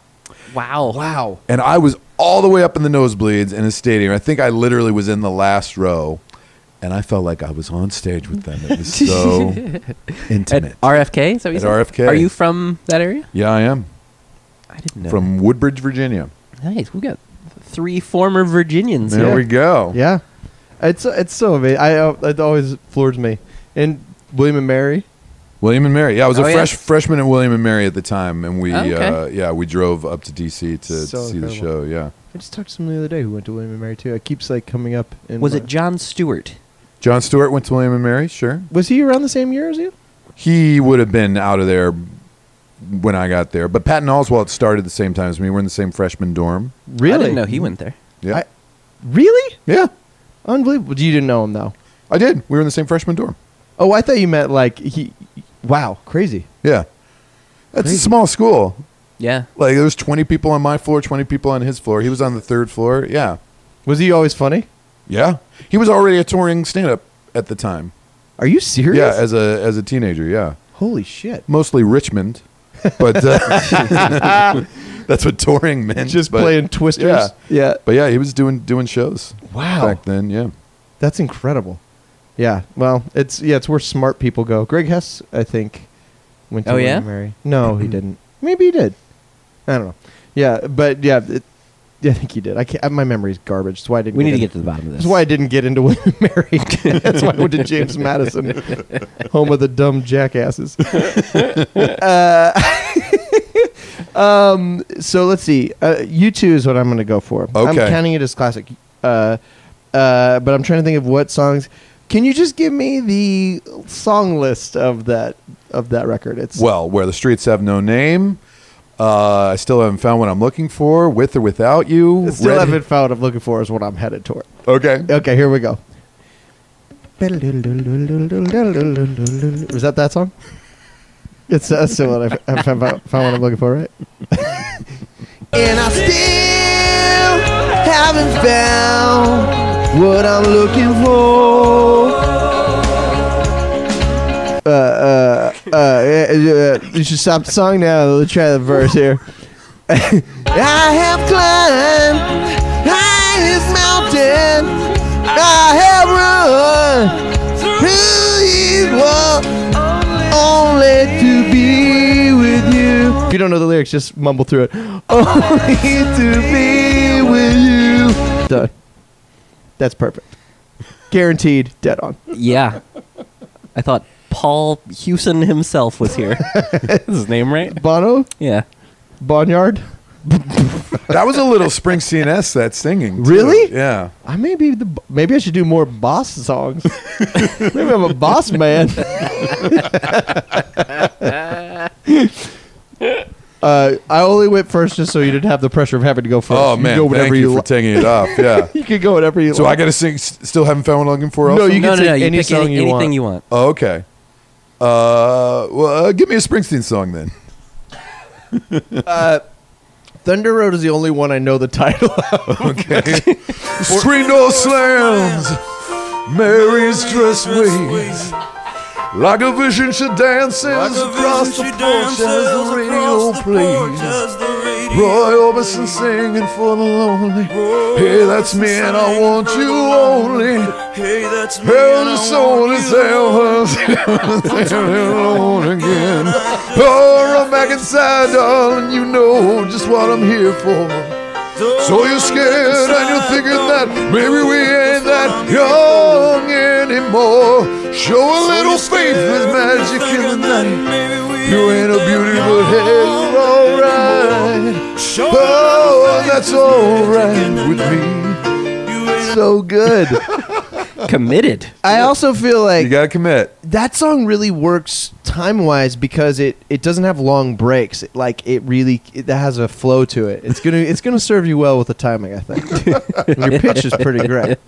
Speaker 6: Wow. Wow.
Speaker 4: and I was all the way up in the nosebleeds in a stadium. I think I literally was in the last row, and I felt like I was on stage with them.
Speaker 3: [laughs]
Speaker 4: It was so
Speaker 6: At
Speaker 4: intimate.
Speaker 6: RFK? Is that what you
Speaker 4: At
Speaker 6: said?
Speaker 4: RFK.
Speaker 6: Are you from that area?
Speaker 4: yeah, I am
Speaker 6: I didn't know.
Speaker 4: from Woodbridge, Virginia.
Speaker 6: nice. We got three former Virginians
Speaker 4: There
Speaker 6: here.
Speaker 4: we go.
Speaker 3: yeah. It's it's so amazing. I uh, it always floors me. And William and Mary.
Speaker 4: William and Mary. Yeah, I was
Speaker 6: Oh,
Speaker 4: a
Speaker 6: yeah.
Speaker 4: fresh freshman at William and Mary at the time, and we
Speaker 6: Oh, okay.
Speaker 4: uh, yeah we drove up to DC to, to
Speaker 3: So
Speaker 4: see the show.
Speaker 3: incredible.
Speaker 4: Yeah,
Speaker 3: I just talked to someone the other day who went to William and Mary too. It keeps like coming up. In
Speaker 6: Was
Speaker 3: my-
Speaker 6: it John Stewart?
Speaker 4: John Stewart went to William and Mary. Sure,
Speaker 3: Was he around the same year as you?
Speaker 4: he would have been out of there when I got there, but Patton Oswalt started the same time as me. We're in the same freshman dorm.
Speaker 3: Really?
Speaker 6: I didn't know he went there.
Speaker 4: Yeah,
Speaker 3: I- Really?
Speaker 4: yeah,
Speaker 3: Unbelievable. You didn't know him though.
Speaker 4: I did. We were in the same freshman dorm.
Speaker 3: Oh, I thought you meant like he. Wow, crazy.
Speaker 4: Yeah, that's
Speaker 3: Crazy.
Speaker 4: a small school.
Speaker 6: Yeah.
Speaker 4: Like there was twenty people on my floor, twenty people on his floor. He was on the third floor. Yeah,
Speaker 3: Was he always funny?
Speaker 4: yeah. He was already a touring stand-up at the time.
Speaker 3: Are you serious?
Speaker 4: Yeah, as a as a teenager. Yeah.
Speaker 3: Holy shit.
Speaker 4: mostly Richmond, but uh,
Speaker 3: [laughs]
Speaker 4: that's what touring meant.
Speaker 3: Just
Speaker 4: but-
Speaker 3: playing twisters.
Speaker 4: Yeah.
Speaker 3: yeah.
Speaker 4: But yeah, he was doing doing shows.
Speaker 3: Wow.
Speaker 4: Back then, yeah.
Speaker 3: That's incredible. Yeah. Well, it's yeah, it's where smart people go. Greg Hess, I think, went to
Speaker 6: Oh,
Speaker 3: William
Speaker 6: yeah? Mm-hmm.
Speaker 3: and Mary. No, he didn't. Maybe he did. I don't know. Yeah, but yeah, it, yeah, I think he did. I can't. My memory's garbage. That's why I didn't.
Speaker 6: We need to get
Speaker 3: in-
Speaker 6: to the bottom of this.
Speaker 3: That's why I didn't get into [laughs] William and Mary. [laughs] That's why I went to James Madison, [laughs] home of the dumb jackasses. [laughs] uh, [laughs] um, so let's see. Uh, you two is what I'm going to go for. I'm
Speaker 4: Okay.
Speaker 3: counting it as classic. Uh, uh, but I'm trying to think of what songs. Can you just give me the song list of that of that record? It's
Speaker 4: Well, where the streets have no name. Uh, I still haven't found what I'm looking for, with or without you.
Speaker 3: still
Speaker 4: Red-
Speaker 3: haven't found what I'm looking for is what I'm headed toward.
Speaker 4: Okay.
Speaker 3: Okay, here we go. Is that that song? It's that's the one I f- I found, found what I'm looking for, right? and I still haven't found what I'm looking for. Uh, uh, uh, uh, uh, you should stop the song now. Let's try the verse here. [laughs] I have climbed highest mountain. I have run through you all, only to be with you. If you don't know the lyrics, just mumble through it. Only to be with you. Done. That's perfect. Guaranteed. Dead on.
Speaker 6: Yeah. I thought Paul Hewson himself was here. Is his name right?
Speaker 3: Bono,
Speaker 6: Yeah.
Speaker 3: Boneyard.
Speaker 4: that was a little Springsteen s that singing. too.
Speaker 3: Really?
Speaker 4: Yeah.
Speaker 3: I may be the maybe I should do more boss
Speaker 4: [laughs]
Speaker 3: songs. maybe I'm a boss man. uh, I only went first just so you didn't have the pressure of having to go first.
Speaker 4: Oh
Speaker 3: You
Speaker 4: man,
Speaker 3: go
Speaker 4: thank you, for
Speaker 3: li-
Speaker 4: taking it off. Yeah.
Speaker 3: you can go whatever you
Speaker 4: [laughs] so I
Speaker 3: like.
Speaker 4: got to sing. s- Still haven't found what I'm looking for.
Speaker 3: No,
Speaker 4: Also?
Speaker 3: you
Speaker 6: no,
Speaker 3: can
Speaker 6: no, no.
Speaker 3: take
Speaker 6: You
Speaker 3: any
Speaker 6: pick
Speaker 3: song
Speaker 6: any,
Speaker 3: you
Speaker 6: anything
Speaker 3: want.
Speaker 6: you want.
Speaker 4: Oh, okay. Uh, well, uh, give me a Springsteen song then.
Speaker 3: Thunder Road is the only one I know the title. of.
Speaker 4: [laughs] Okay. Screen door slams. Mary's dress waves. Like a vision she dances across the porch as the radio plays. Roy Orbison singing for the lonely. Hey, that's me and I want you only.
Speaker 7: Hey, that's me.
Speaker 4: Hell, the soul is alone again. Oh, run back inside, darling, you know just what I'm here for. So you're scared and you're thinking that maybe we ain't that young anymore. Show a little faith, there's magic in the night. You ain't a beauty, but hey, you're alright. Oh, that's alright with
Speaker 3: [laughs]
Speaker 4: me.
Speaker 3: so good.
Speaker 9: committed.
Speaker 3: I also feel
Speaker 4: You
Speaker 3: like
Speaker 4: gotta commit.
Speaker 3: that song really works time wise because it, it doesn't have long breaks. It, like it really it, that has a flow to it. It's gonna it's gonna serve you well with the timing. I
Speaker 4: [laughs]
Speaker 3: think your pitch is pretty great.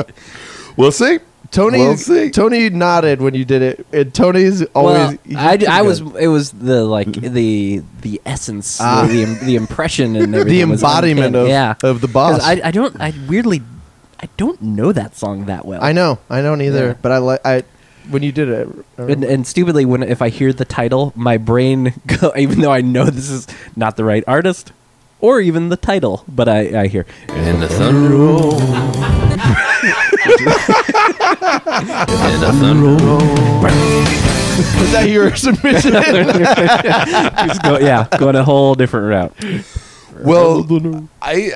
Speaker 4: We'll see.
Speaker 3: Tony
Speaker 4: [laughs] We'll see.
Speaker 3: Tony nodded when you did it, and Tony's always. he's
Speaker 2: well, I,
Speaker 3: pretty
Speaker 2: I
Speaker 3: good.
Speaker 2: was it was the
Speaker 3: [laughs]
Speaker 2: like the the essence
Speaker 3: Ah.
Speaker 2: the, the the impression and everything
Speaker 3: [laughs] the
Speaker 2: was
Speaker 3: embodiment
Speaker 2: uncanny.
Speaker 3: of,
Speaker 2: yeah
Speaker 3: of the
Speaker 2: 'Cause
Speaker 3: boss.
Speaker 2: I, I don't I weirdly I don't know that song that well
Speaker 3: I know. I don't either.
Speaker 2: Yeah.
Speaker 3: But I like. I when you did it. I
Speaker 2: and, [laughs] and stupidly when if I hear the title my brain [laughs] go even though I know this is not the right artist or even the title but I I hear [laughs]
Speaker 10: And the thunder roll. and the thunder
Speaker 3: Is
Speaker 2: [laughs]
Speaker 3: that your submission?
Speaker 4: [laughs]
Speaker 2: just go, yeah going a whole different route
Speaker 4: Well, I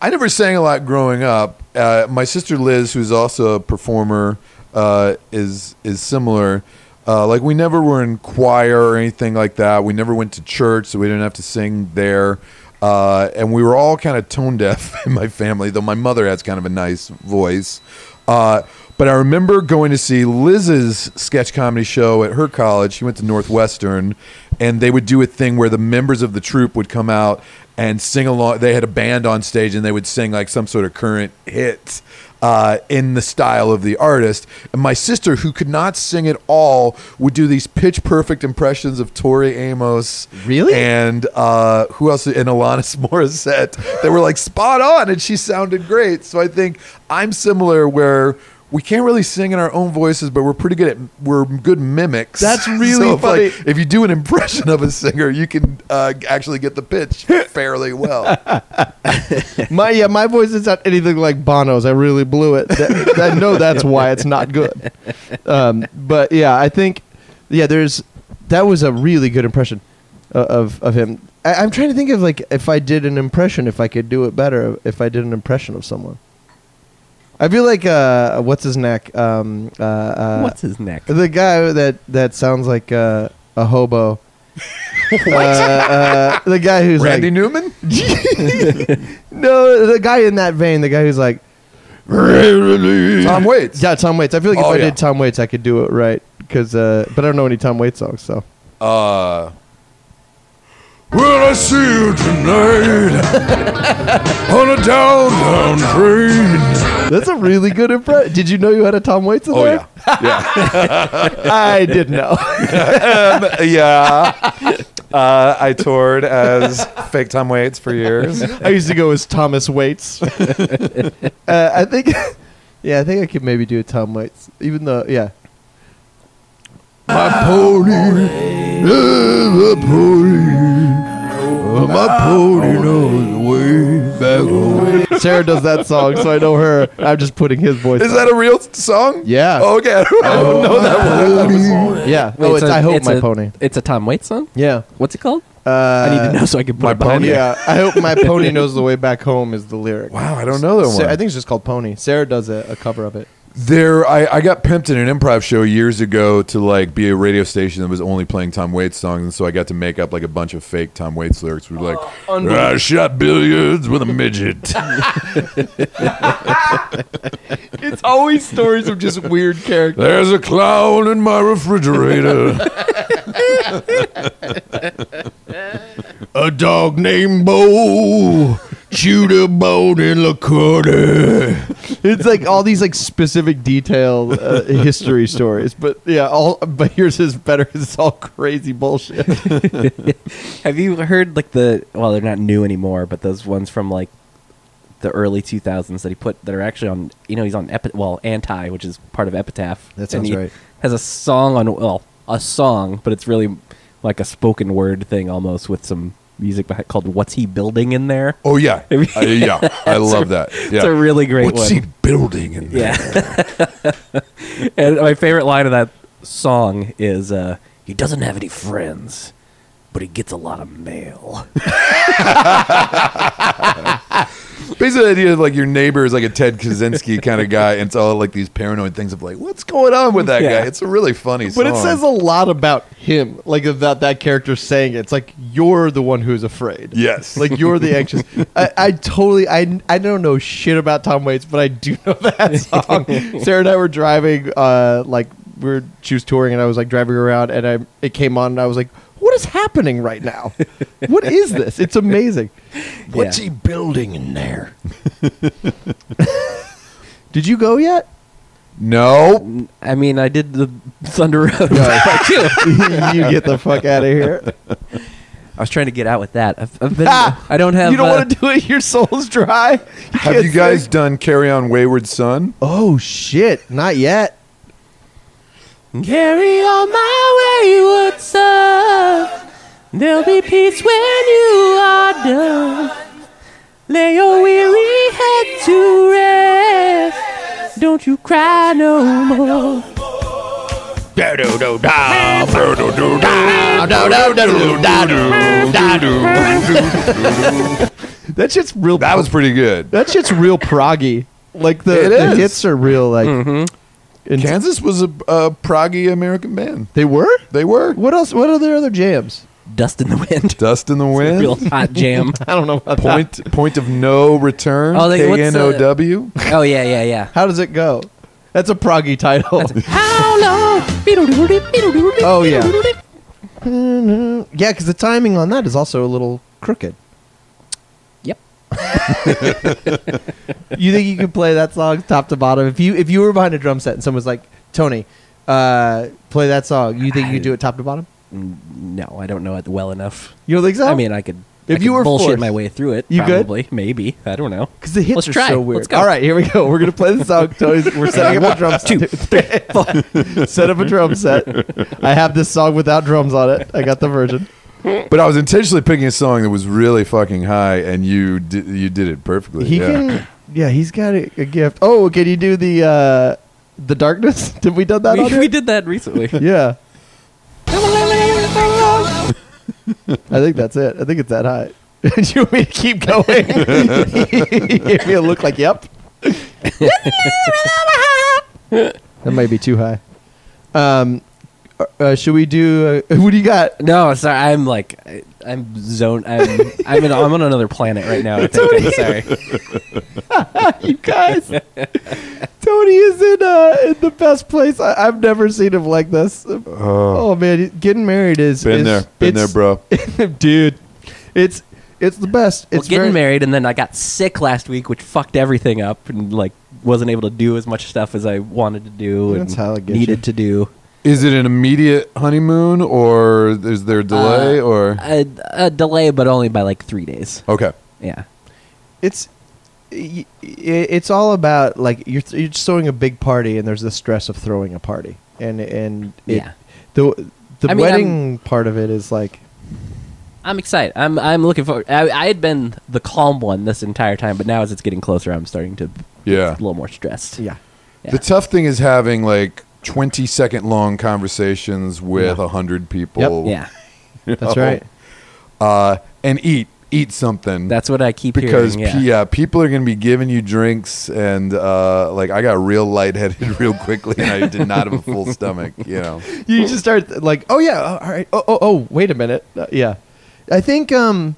Speaker 4: I never sang a lot growing up. Uh, my sister Liz, who's also a performer, uh, is is similar. Uh, like we never were in choir or anything like that. We never went to church, so we didn't have to sing there. Uh, and we were all kind of tone deaf [laughs] in my family, though my mother has kind of a nice voice. Uh, but I remember going to see Liz's sketch comedy show at her college. She went to Northwestern, and they would do a thing where the members of the troupe would come out and sing along. They had a band on stage, and they would sing like some sort of current hit uh, in the style of the artist. And my sister, who could not sing at all, would do these pitch perfect impressions of Tori Amos.
Speaker 3: Really?
Speaker 4: And uh, who else? And Alanis [laughs] Morissette. They were like spot on, and she sounded great. So I think I'm similar where. We can't really sing in our own voices, but we're pretty good at we're good mimics. [laughs]
Speaker 3: That's really
Speaker 4: if, like,
Speaker 3: funny.
Speaker 4: if you do an impression of a singer, you can uh, actually get the pitch
Speaker 3: [laughs]
Speaker 4: fairly well.
Speaker 3: my yeah, my voice is not anything like Bono's. I really blew it. That, I know that's why it's not good. Um, but yeah, I think yeah, there's that was a really good impression uh, of of him. I, I'm trying to think of like if I did an impression, if I could do it better, if I did an impression of someone. I feel like uh, what's his neck? Um, uh, uh,
Speaker 2: what's his neck
Speaker 3: the guy that that sounds like uh, a hobo. [laughs] Uh, uh, the guy who's
Speaker 4: Randy
Speaker 3: like,
Speaker 4: Newman?
Speaker 3: no, the guy in that vein, the guy who's like, [clears throat]
Speaker 4: Tom Waits.
Speaker 3: yeah, Tom Waits. I feel like if
Speaker 4: Oh,
Speaker 3: I
Speaker 4: yeah.
Speaker 3: did Tom Waits, I could do it right. Cause, uh, but I don't know any Tom Waits songs, so
Speaker 4: Uh, Will I see you [laughs] tonight on a downtown train?
Speaker 3: that's a really good impression. Did you know you had a Tom Waits in
Speaker 4: Oh yeah,
Speaker 3: there? yeah. I did know.
Speaker 4: Um, yeah. Uh, I toured as fake Tom Waits for
Speaker 3: [laughs]
Speaker 4: years.
Speaker 3: I used to go as Thomas
Speaker 4: [laughs]
Speaker 3: Waits. uh, I think, [laughs] yeah, I think I could maybe do a Tom Waits, even though, yeah,
Speaker 4: My pony, yeah, my pony, Uh, my pony knows way back home.
Speaker 3: Sarah does that song, so I know her. I'm just putting his voice.
Speaker 4: Is
Speaker 3: on.
Speaker 4: that a real song?
Speaker 3: Yeah.
Speaker 4: Oh, okay. I don't know that one.
Speaker 3: Yeah.
Speaker 2: Wait,
Speaker 3: oh, it's,
Speaker 2: a-
Speaker 3: I hope
Speaker 2: it's
Speaker 3: my
Speaker 2: a-
Speaker 3: pony.
Speaker 2: it's a Tom Waits song
Speaker 3: Yeah.
Speaker 2: what's it called
Speaker 3: Uh,
Speaker 2: I need to know so I can put
Speaker 4: my
Speaker 2: it behind
Speaker 4: pony.
Speaker 2: me.
Speaker 3: Yeah. I hope
Speaker 4: [laughs]
Speaker 3: my pony knows the way back home is the lyric.
Speaker 4: Wow, I don't know that one.
Speaker 3: Sa- I think it's just called Pony. Sarah does a, a cover of it.
Speaker 4: There, I, I got pimped in an improv show years ago to like be a radio station that was only playing Tom Waits songs, and so I got to make up like a bunch of fake Tom Waits lyrics. We were like, I shot billiards with a midget.
Speaker 3: It's always stories of just weird characters.
Speaker 4: There's a clown in my [laughs] refrigerator. a dog named Bo chewed a bone in the corner.
Speaker 3: It's like all these like specific detail uh, history stories, but yeah, all but yours is better. It's all crazy bullshit.
Speaker 2: Have you heard like the well, they're not new anymore, but those ones from like the early 2000s that he put that are actually on you know he's on Epi- well anti which is part of epitaph
Speaker 3: That
Speaker 2: And
Speaker 3: sounds
Speaker 2: he
Speaker 3: right.
Speaker 2: has a song on well a song but it's really like a spoken word thing almost with some music behind, called what's he building in
Speaker 3: [laughs]
Speaker 2: there [laughs]
Speaker 4: Oh yeah, Uh, yeah, I love that. Yeah.
Speaker 2: it's a really great
Speaker 4: What's
Speaker 2: one
Speaker 4: he building in there?
Speaker 2: yeah [laughs] and my favorite line of that song is uh he doesn't have any friends
Speaker 3: [laughs]
Speaker 2: but he gets a lot of mail
Speaker 4: Basically, the idea of like your neighbor is like a Ted Kaczynski kind of guy, and it's all like these paranoid things of like, what's going on with that
Speaker 2: Yeah.
Speaker 4: guy? It's a really funny song.
Speaker 3: But it says a lot about him, like about that character saying it. It's like you're the one who's afraid. [laughs]
Speaker 4: Yes.
Speaker 3: like you're the anxious. I, I totally, I, I don't know shit about Tom Waits, but I do [laughs] know that song. Sarah and I were driving, uh, like we were she was touring, and I was like driving around, and I it came on, and I was like, what is happening right now? What is this? It's amazing.
Speaker 2: What's he
Speaker 3: building in there? [laughs] Did you go yet? [laughs]
Speaker 4: no.
Speaker 2: I mean, I did the Thunder Road. part too.
Speaker 3: you get the fuck out of here.
Speaker 2: I was trying to get out with that. I've, I've
Speaker 3: [laughs]
Speaker 2: been,
Speaker 3: Ah!
Speaker 2: I don't have.
Speaker 3: you don't
Speaker 2: uh,
Speaker 3: want to do it. Your soul's dry. You
Speaker 4: Have
Speaker 3: can't
Speaker 4: you guys
Speaker 3: sing.
Speaker 4: done Carry On Wayward Son?
Speaker 3: Oh shit! Not yet.
Speaker 2: Carry on my wayward son. There'll be peace when you are done. Lay your weary head to rest. Don't you cry no more.
Speaker 3: That shit's real.
Speaker 4: That was pretty
Speaker 3: [laughs]
Speaker 4: good.
Speaker 3: that shit's real proggy. Like the,
Speaker 4: It
Speaker 3: the
Speaker 4: is.
Speaker 3: hits are real. Like and
Speaker 4: Kansas was a, a proggy American band.
Speaker 3: they were.
Speaker 4: They were.
Speaker 3: What else? What are their other jams?
Speaker 2: Dust in the wind. [laughs]
Speaker 4: Dust in the Wind.
Speaker 2: Real hot [laughs] jam.
Speaker 3: I don't know. About that.
Speaker 2: [laughs]
Speaker 4: Point point of no return.
Speaker 2: Oh, they- what's, uh, [laughs]
Speaker 4: K-N-O-W.
Speaker 2: Oh yeah, yeah, yeah.
Speaker 3: How does it go? That's a proggy title.
Speaker 2: How long?
Speaker 3: [laughs] Oh, yeah. yeah, because the timing on that is also a little crooked.
Speaker 2: Yep.
Speaker 3: you think you could play that song top to bottom? If you if you were behind a drum set and someone was like, Tony, uh, play that song, you think you could do it top to bottom?
Speaker 2: No, I don't know it well enough.
Speaker 3: You don't think so?
Speaker 2: I mean, I could. I
Speaker 3: If you
Speaker 2: could
Speaker 3: were
Speaker 2: bullshit
Speaker 3: forced-
Speaker 2: my way through it,
Speaker 3: You good?
Speaker 2: probably, maybe. I don't know. [laughs]
Speaker 3: because the hits
Speaker 2: let's
Speaker 3: are
Speaker 2: try.
Speaker 3: so weird.
Speaker 2: Let's go.
Speaker 3: All right, here we go. We're gonna play
Speaker 2: [laughs]
Speaker 3: the song. Tony's, we're setting up a drum set. [laughs] Set up a drum set. I have this song without drums on it. I got the version.
Speaker 4: But I was intentionally picking a song that was really fucking high, and you di- you did it perfectly.
Speaker 3: He
Speaker 4: yeah.
Speaker 3: can. Yeah, he's got a, a gift. Oh, can you do the uh, the darkness? [laughs] Did we done that? on
Speaker 2: We,
Speaker 3: here?
Speaker 2: we did that
Speaker 3: [laughs]
Speaker 2: recently.
Speaker 3: Yeah. I think that's it. I think it's that high. [laughs] Do you want me to keep going? [laughs] he gave me a look like, yep. that might be too high. Um, uh, should we do? Uh, [laughs] what do you got?
Speaker 2: No, sorry. I'm like, I, I'm zoned. I'm I'm, in, I'm on another planet right now. I think. I'm sorry.
Speaker 3: [laughs] You guys, Tony is in uh, in the best place. I, I've never seen him like this. Oh, man, getting married is
Speaker 4: been
Speaker 3: is-
Speaker 4: there, been there,
Speaker 3: it's-
Speaker 4: bro.
Speaker 3: [laughs] dude. It's it's the best.
Speaker 2: Well,
Speaker 3: It's
Speaker 2: getting
Speaker 3: very-
Speaker 2: married, and then I got sick last week, which fucked everything up, and like wasn't able to do as much stuff as I wanted to do
Speaker 3: That's
Speaker 2: and
Speaker 3: how it gets
Speaker 2: needed
Speaker 3: you.
Speaker 2: to do.
Speaker 4: Is it an immediate honeymoon, or
Speaker 2: Uh,
Speaker 4: is there a delay, or
Speaker 2: A, a delay, but only by like three days.
Speaker 3: Oh.
Speaker 4: okay?
Speaker 2: Yeah.
Speaker 3: it's y- y- it's all about like you're th- you're just throwing a big party and there's the stress of throwing a party and and it,
Speaker 2: Yeah.
Speaker 3: the the
Speaker 2: I mean,
Speaker 3: wedding part of it is like
Speaker 2: I'm excited. I'm I'm looking forward. I, I had been the calm one this entire time, but now as it's getting closer, I'm starting to
Speaker 4: Yeah.
Speaker 2: a little more stressed.
Speaker 3: yeah
Speaker 4: The tough thing is having like twenty second long conversations with a hundred people.
Speaker 2: Yeah.
Speaker 3: that's right
Speaker 4: Uh, and eat eat something.
Speaker 2: That's what I keep
Speaker 4: because
Speaker 2: hearing.
Speaker 4: pe- yeah, people are going to be giving you drinks, and uh, like I got real lightheaded [laughs] real quickly, and I did not have a full stomach. You know,
Speaker 3: you just start th- like oh yeah oh, all right oh oh oh wait a minute Uh, yeah I think um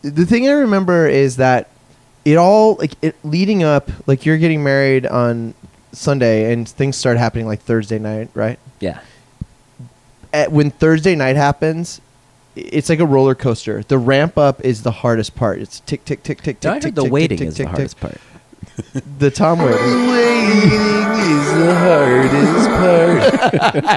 Speaker 3: the thing I remember is that it all like it leading up like you're getting married on Sunday and things start happening like Thursday night right
Speaker 2: Yeah.
Speaker 3: at, when Thursday night happens, i- it's like a roller coaster. The ramp up is the hardest part. It's tick tick tick tick
Speaker 2: No,
Speaker 3: tick.
Speaker 2: I
Speaker 3: tick,
Speaker 2: heard the
Speaker 3: tick,
Speaker 2: waiting
Speaker 3: tick,
Speaker 2: is
Speaker 3: tick,
Speaker 2: the
Speaker 3: tick,
Speaker 2: hardest
Speaker 3: tick.
Speaker 2: part.
Speaker 3: The Tom waiting.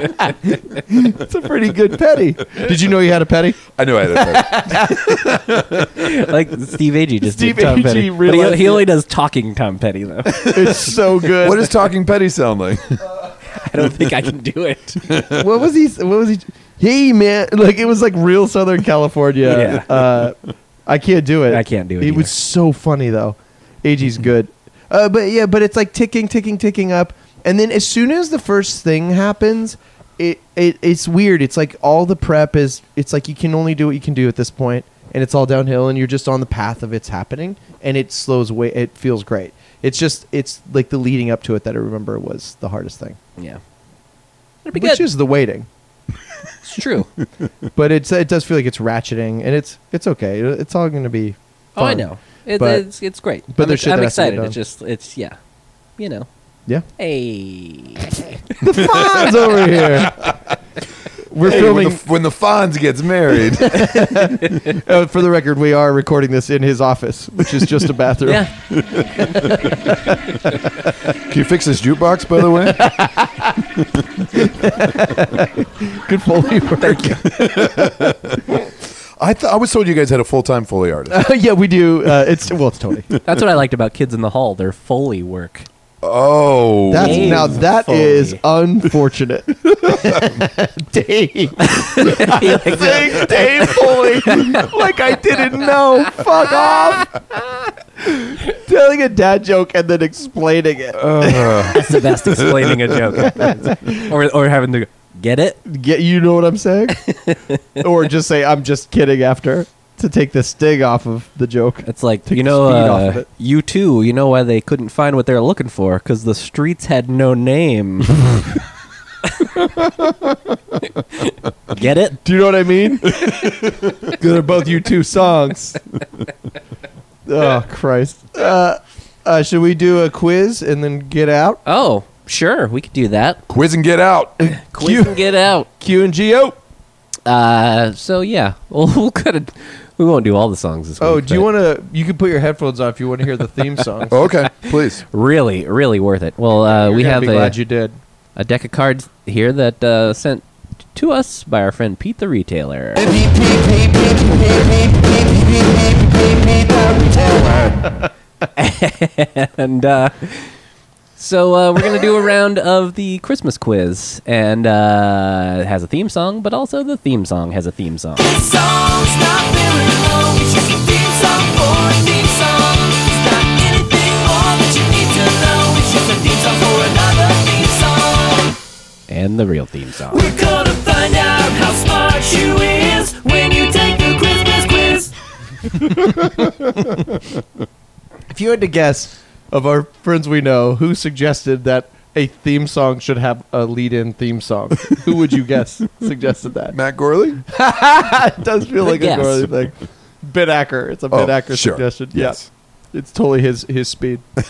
Speaker 3: It's a pretty good petty. Did you know you had a petty?
Speaker 4: [laughs] I know I had a
Speaker 2: like Steve Agee just
Speaker 3: Steve
Speaker 2: did Tom
Speaker 3: Agee
Speaker 2: Petty. But
Speaker 3: realized
Speaker 2: he, he only does talking Tom Petty
Speaker 3: [laughs]
Speaker 2: though. I
Speaker 3: It's so good.
Speaker 4: What does talking petty sound
Speaker 3: [laughs]
Speaker 4: like?
Speaker 2: don't think I can do it.
Speaker 3: what was he? What was he? Hey man, like it was like real Southern
Speaker 2: Yeah.
Speaker 3: California. Uh, I can't do it.
Speaker 2: I can't do it
Speaker 3: It
Speaker 2: either.
Speaker 3: was so funny though. Ag's good, uh, but yeah, but it's like ticking, ticking, ticking up, and then as soon as the first thing happens, it, it it's weird. It's like all the prep is. It's like you can only do what you can do at this point, and it's all downhill and you're just on the path of it's happening and it slows way it feels great it's just it's like the leading up to it that i remember was the hardest thing
Speaker 2: Yeah.
Speaker 3: which is the waiting
Speaker 2: It's true.
Speaker 3: but it's it does feel like it's ratcheting and it's it's okay it's all gonna be
Speaker 2: oh, I
Speaker 3: fun.
Speaker 2: know. It,
Speaker 3: But-
Speaker 2: it's it's great.
Speaker 3: but
Speaker 2: I'm,
Speaker 3: there's
Speaker 2: ex-
Speaker 3: shit that
Speaker 2: I'm
Speaker 3: has to get
Speaker 2: excited.
Speaker 3: done.
Speaker 2: It's just it's yeah, you know.
Speaker 3: [laughs] yeah
Speaker 2: Hey.
Speaker 3: the fonz over here we're
Speaker 4: Hey, when,
Speaker 3: filming
Speaker 4: the, when the Fonz
Speaker 3: [laughs]
Speaker 4: gets married,
Speaker 3: uh, for the record we are recording this in his office which
Speaker 2: [laughs]
Speaker 3: is just a bathroom
Speaker 2: yeah.
Speaker 4: can you fix this jukebox? By the way,
Speaker 3: good
Speaker 2: [laughs]
Speaker 3: foley work
Speaker 4: I th- I was told you guys had a full time Foley artist.
Speaker 3: [laughs] yeah we do uh, it's well it's tony
Speaker 2: That's what I liked about Kids in the Hall. Their Foley work.
Speaker 4: Oh,
Speaker 3: That's
Speaker 2: Dave
Speaker 3: now that
Speaker 2: Foley.
Speaker 3: is
Speaker 2: [laughs]
Speaker 3: unfortunate. Dave, [laughs] Dave, Dave Foley, like I didn't know. Fuck
Speaker 2: [laughs]
Speaker 3: off. Telling a dad joke and then explaining it.
Speaker 2: That's the best explaining a
Speaker 3: [laughs]
Speaker 2: joke. or, or having to go, get it?
Speaker 3: Get you know what
Speaker 2: [laughs]
Speaker 3: I'm saying? or just say I'm just kidding after to take the sting off of the joke.
Speaker 2: It's like,
Speaker 3: Take
Speaker 2: you
Speaker 3: the
Speaker 2: know,
Speaker 3: speed off of
Speaker 2: uh,
Speaker 3: it.
Speaker 2: you too, you know why they couldn't find what they were looking for? Because the streets had no
Speaker 3: [laughs]
Speaker 2: name. get it?
Speaker 3: Do you know what
Speaker 2: [laughs]
Speaker 3: I mean? 'Cause They're both you two songs. oh Christ! Uh, uh, should we do a quiz and then get out?
Speaker 2: Oh, sure, we could do that.
Speaker 4: quiz and get out.
Speaker 2: Quiz and get out.
Speaker 3: Q and G oh! out.
Speaker 2: Uh, so yeah, we'll, we'll cut it. We won't do all the songs this
Speaker 3: Oh,
Speaker 2: week,
Speaker 3: do you
Speaker 2: but
Speaker 3: want to? You can put your headphones on if you want to hear
Speaker 2: [laughs]
Speaker 3: the theme song.
Speaker 4: Okay, please.
Speaker 2: Really, really worth it. Well, uh,
Speaker 3: You're
Speaker 2: we
Speaker 3: gonna
Speaker 2: have
Speaker 3: be
Speaker 2: a,
Speaker 3: glad you did.
Speaker 2: a deck of cards here that uh, sent to us by our friend Pete the Retailer. and uh, so uh, we're gonna do a round of the Christmas quiz, and uh, it has a theme song, but also the theme song has a theme song.
Speaker 7: song's not very long. It's just a theme song for a theme song. It's not anything more that you need to know. It's just a theme song for another theme song.
Speaker 2: And the real theme song.
Speaker 7: We're gonna find out how smart you is when you take the Christmas quiz.
Speaker 3: If you had to guess of our friends we know who suggested that a theme song should have a lead-in theme
Speaker 4: [laughs]
Speaker 3: song, who would you guess suggested that? [laughs]
Speaker 4: Matt Gorley.
Speaker 3: it does feel like
Speaker 2: Yes.
Speaker 3: a Gorley thing. Bit Acker. It's a
Speaker 4: Oh,
Speaker 3: Bit Acker
Speaker 4: sure.
Speaker 3: suggestion.
Speaker 4: Yes.
Speaker 3: Yeah. It's totally his his speed.
Speaker 4: [laughs]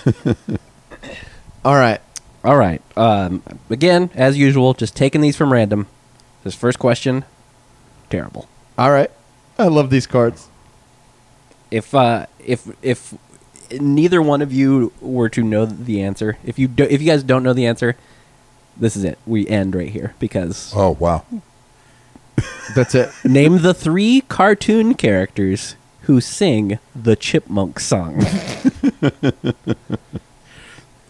Speaker 3: All right.
Speaker 2: All right. Um, again, as usual, just taking these from random. This first question, terrible.
Speaker 3: All right. I love these cards.
Speaker 2: If uh, if if neither one of you were to know the answer, if you do, if you guys don't know the answer, this is it. We end right here
Speaker 4: [laughs]
Speaker 2: because
Speaker 4: Oh wow.
Speaker 3: That's it.
Speaker 2: name the three cartoon characters who sing the Chipmunk song.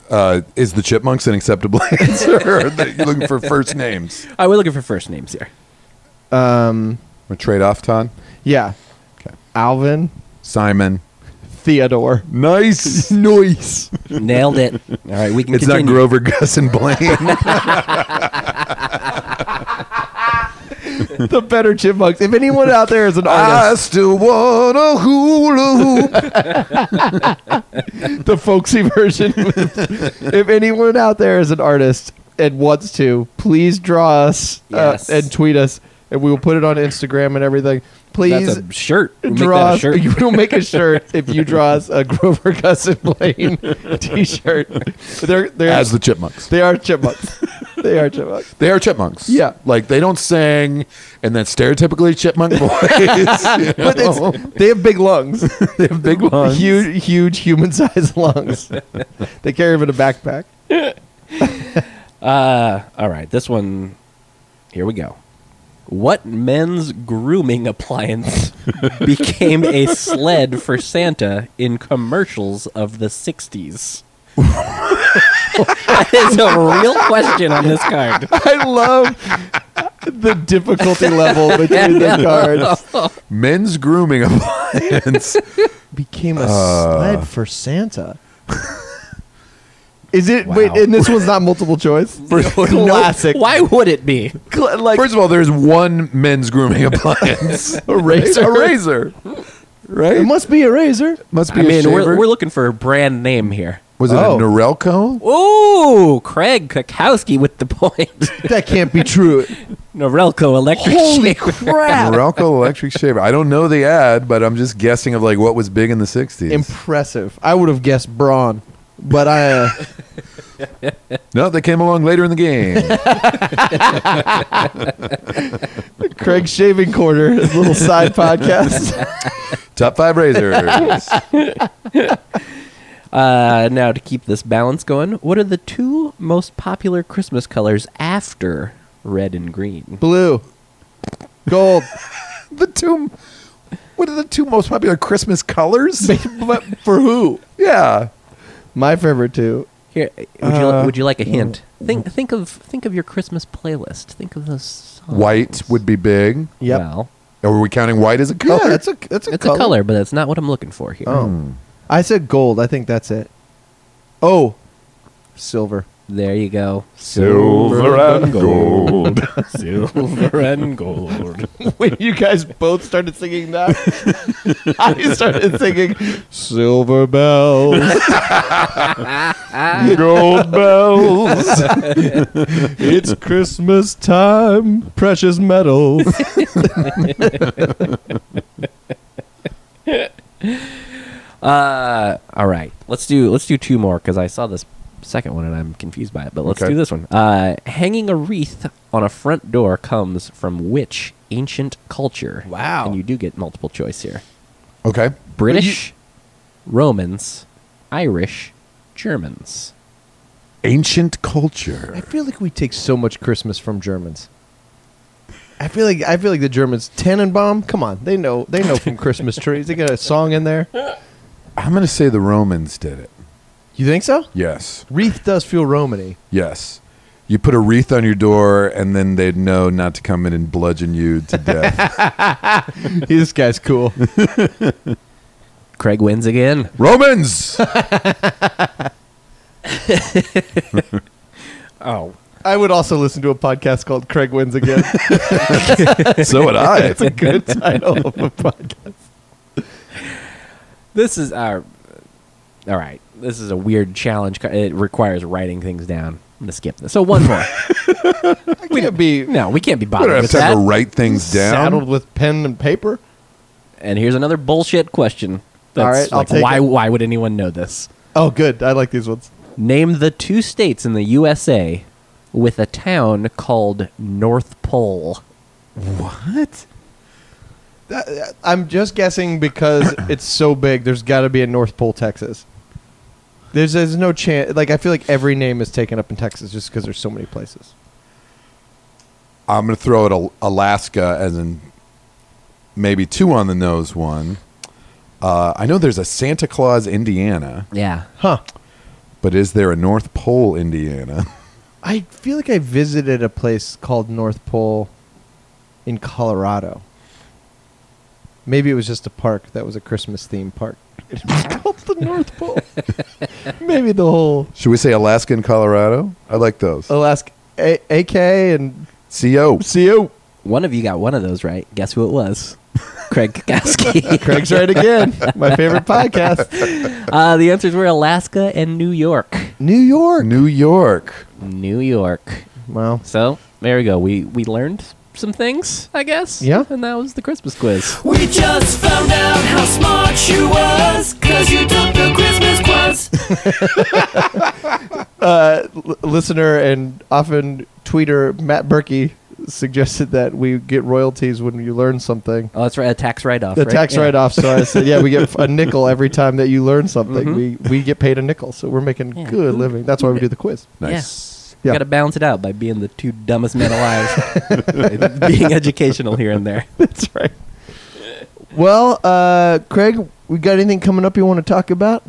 Speaker 4: Uh, is the Chipmunks an acceptable [laughs] answer? Or are you looking for first names?
Speaker 2: I we're looking for first names here.
Speaker 3: Um,
Speaker 4: A trade off, Ton.
Speaker 3: yeah.
Speaker 4: Okay.
Speaker 3: Alvin,
Speaker 4: Simon.
Speaker 3: Theodore. [laughs]
Speaker 4: Nice.
Speaker 3: Noise.
Speaker 2: Nailed it. All right, we can.
Speaker 4: It's not
Speaker 2: continue.
Speaker 4: Grover, Gus, and
Speaker 2: [laughs]
Speaker 4: Blaine.
Speaker 3: the better chipmunks. If anyone out there is an
Speaker 4: I
Speaker 3: artist,
Speaker 4: still wanna hula hoop.
Speaker 3: the folksy [laughs] version. if anyone out there is an artist and wants to, please draw us uh,
Speaker 2: Yes.
Speaker 3: and tweet us, and we will put it on Instagram and everything. Please
Speaker 2: That's a shirt. We'll make that a
Speaker 3: draw us.
Speaker 2: shirt.
Speaker 3: [laughs] You will make a shirt if you draw
Speaker 2: [laughs]
Speaker 3: us a Grover Gus and Blaine [laughs] T-shirt. They're they're
Speaker 4: As the Chipmunks.
Speaker 3: they are chipmunks. they
Speaker 2: [laughs]
Speaker 3: are chipmunks.
Speaker 4: They are chipmunks.
Speaker 3: Yeah.
Speaker 4: Like they don't sing in that stereotypically chipmunk [laughs] voice.
Speaker 3: But
Speaker 2: Oh.
Speaker 3: it's, they have big
Speaker 2: [laughs]
Speaker 3: lungs. they have big
Speaker 4: lungs.
Speaker 3: Huge, huge human-sized [laughs] lungs. they carry them in a backpack.
Speaker 2: Uh, all right, this one. Here we go. What men's grooming
Speaker 3: [laughs]
Speaker 2: appliance became a sled for Santa in commercials of the
Speaker 3: [laughs]
Speaker 2: 60s? that is a real question on this
Speaker 3: [laughs]
Speaker 2: card.
Speaker 3: I love the difficulty level between the cards.
Speaker 4: Men's grooming appliance.
Speaker 3: Uh. Became a sled for Santa. Is it?
Speaker 2: Wow.
Speaker 3: Wait, and this one's not multiple [laughs] choice. Classic.
Speaker 2: Why
Speaker 3: [laughs]
Speaker 2: would it be?
Speaker 3: Cla- like
Speaker 4: First of all, there's one men's grooming appliance.
Speaker 3: a razor.
Speaker 4: [laughs] A razor.
Speaker 3: It
Speaker 4: Right?
Speaker 3: must be a razor.
Speaker 4: Must be
Speaker 2: I mean,
Speaker 4: a
Speaker 2: we're,
Speaker 4: shaver.
Speaker 2: we're looking for a brand name here.
Speaker 4: Was it
Speaker 3: Oh.
Speaker 4: a Norelco?
Speaker 2: Ooh, Craig Kakowski with the point. [laughs]
Speaker 3: That can't be [laughs] true.
Speaker 2: Norelco electric
Speaker 3: Holy
Speaker 2: shaver.
Speaker 3: crap!
Speaker 4: Norelco electric shaver. I don't know the ad, but I'm just guessing of like what was big in the 60s.
Speaker 3: Impressive. I would have guessed brawn, but I. Uh,
Speaker 4: no, they came along later in the game.
Speaker 3: [laughs]
Speaker 4: [laughs]
Speaker 3: Craig's shaving corner, his little [laughs] side podcast.
Speaker 4: Top five razors.
Speaker 2: Uh, now to keep this balance going, what are the two most popular Christmas colors after red and green?
Speaker 3: Blue, gold.
Speaker 4: the two. What are the two most popular Christmas [laughs] colors?
Speaker 3: but for who?
Speaker 4: yeah.
Speaker 3: My favorite two.
Speaker 2: Here, would you li-
Speaker 3: Uh,
Speaker 2: would you like a hint? Think think of think of your Christmas playlist. Think of those. Songs.
Speaker 4: White would be big.
Speaker 3: Yep.
Speaker 2: Well,
Speaker 4: Are we counting white as a color?
Speaker 3: Yeah, that's a that's a
Speaker 2: it's
Speaker 3: color.
Speaker 2: a color, but that's not what I'm looking for here.
Speaker 3: Oh, I said gold. I think that's it. Oh, silver.
Speaker 2: There you go.
Speaker 8: Silver and gold. [laughs] Silver and gold.
Speaker 3: [laughs] when you guys both started singing [laughs] that, I started singing Silver Bells.
Speaker 8: Gold bells.
Speaker 3: It's Christmas time, precious metals.
Speaker 2: Uh, all right. Let's do let's do two more because I saw this second one and I'm confused by it. But let's
Speaker 4: Okay.
Speaker 2: do this one. Uh, hanging a wreath on a front door comes from which ancient culture?
Speaker 3: Wow.
Speaker 2: And you do get multiple choice here:
Speaker 4: Okay.
Speaker 2: British, Romans, Irish, Germans.
Speaker 4: Ancient culture.
Speaker 3: [laughs] I feel like we take so much Christmas from Germans. I feel like I feel like the Germans Tannenbaum. Come on, they know they know from [laughs] Christmas trees. They got a song in there.
Speaker 4: I'm going to say the Romans did it.
Speaker 3: You think so?
Speaker 4: Yes.
Speaker 3: Wreath does feel Romany.
Speaker 4: Yes. You put a wreath on your door, and then they'd know not to come in and bludgeon you to death.
Speaker 3: [laughs]
Speaker 4: [laughs]
Speaker 3: this guy's cool.
Speaker 2: Craig wins again.
Speaker 4: Romans!
Speaker 2: Oh,
Speaker 3: I would also listen to a podcast called Craig Wins [laughs] Again.
Speaker 4: so would
Speaker 3: [laughs]
Speaker 4: I.
Speaker 3: It's a good title of a podcast.
Speaker 2: [laughs] this is our. uh, All right, this is a weird challenge. It requires writing things down. I'm gonna skip this. So one [laughs] more.
Speaker 3: I can't be
Speaker 2: no, we can't be
Speaker 4: I
Speaker 2: bothered
Speaker 4: don't have
Speaker 2: with
Speaker 4: time
Speaker 2: that.
Speaker 4: to write things
Speaker 3: saddled
Speaker 4: down.
Speaker 3: with pen and paper.
Speaker 2: And here's another bullshit question. That's
Speaker 3: All right, I'll
Speaker 2: like,
Speaker 3: take
Speaker 2: why
Speaker 3: it.
Speaker 2: why would anyone know this?
Speaker 3: Oh, good. I like these ones.
Speaker 2: Name the two states in the USA with a town called North Pole.
Speaker 4: What?
Speaker 3: I'm just guessing [coughs] because it's so big. There's got to be a North Pole, Texas. There's there's no chance. Like I feel like every name is taken up in Texas just because there's so many places.
Speaker 4: I'm going to throw it Al- Alaska as in maybe two on the nose one. Uh, I know there's a Santa Claus, Indiana,
Speaker 2: Yeah.
Speaker 3: Huh.
Speaker 4: but is there a North Pole, Indiana? [laughs]
Speaker 3: I feel like I visited a place called North Pole in Colorado. Maybe it was just a park that was a Christmas theme park. It was called the North Pole. [laughs] Maybe the whole
Speaker 4: Should we say Alaska and Colorado? I like those.
Speaker 3: Alaska a- AK and
Speaker 4: CO.
Speaker 3: CO.
Speaker 2: One of you got one of those right. Guess who it [laughs] was? Craig Kukowski. [laughs]
Speaker 3: Craig's right again. My favorite podcast.
Speaker 2: uh, the answers were Alaska and New York.
Speaker 3: New York.
Speaker 4: New York.
Speaker 2: New York.
Speaker 3: Wow.
Speaker 2: So there we go. We we learned some things, I guess.
Speaker 3: Yeah.
Speaker 2: And that was the Christmas quiz.
Speaker 7: We just found out how smart you was, cause you took the Christmas quiz.
Speaker 3: Uh, L- listener and often tweeter Matt Berkey suggested that we get royalties when you learn something.
Speaker 2: Oh, that's right. A tax write off.
Speaker 3: The tax write-off. So I said, yeah, we get a nickel every time that
Speaker 2: [laughs]
Speaker 3: you learn something. We we get paid a nickel, so we're making
Speaker 2: Mm-hmm. Yeah.
Speaker 3: good living. That's why we do
Speaker 2: [laughs]
Speaker 3: the quiz.
Speaker 4: Nice.
Speaker 2: You
Speaker 3: Yeah.
Speaker 2: got to balance it out by being the two dumbest men
Speaker 3: [laughs]
Speaker 2: alive, by being educational here and there.
Speaker 3: That's right. Well, uh, Craig, we got anything coming up you want to talk about?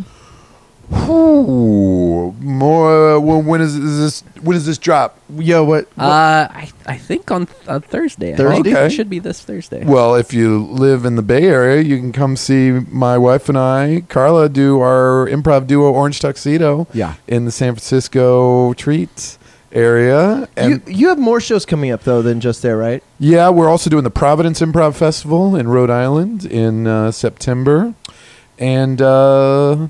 Speaker 4: Ooh, more. When, when is, is this? When does this drop?
Speaker 3: Yo, what?
Speaker 2: Uh, I, I think on, on Thursday. I think
Speaker 4: Thursday?
Speaker 2: it should be this Thursday.
Speaker 4: Well, if you live in the Bay Area, you can come see my wife and I, Carla, do our improv duo Orange Tuxedo.
Speaker 2: Yeah.
Speaker 4: in the San Francisco Treat area, and
Speaker 3: you, you have more shows coming up though than just there, right?
Speaker 4: Yeah, we're also doing the Providence Improv Festival in Rhode Island in uh, September. And uh,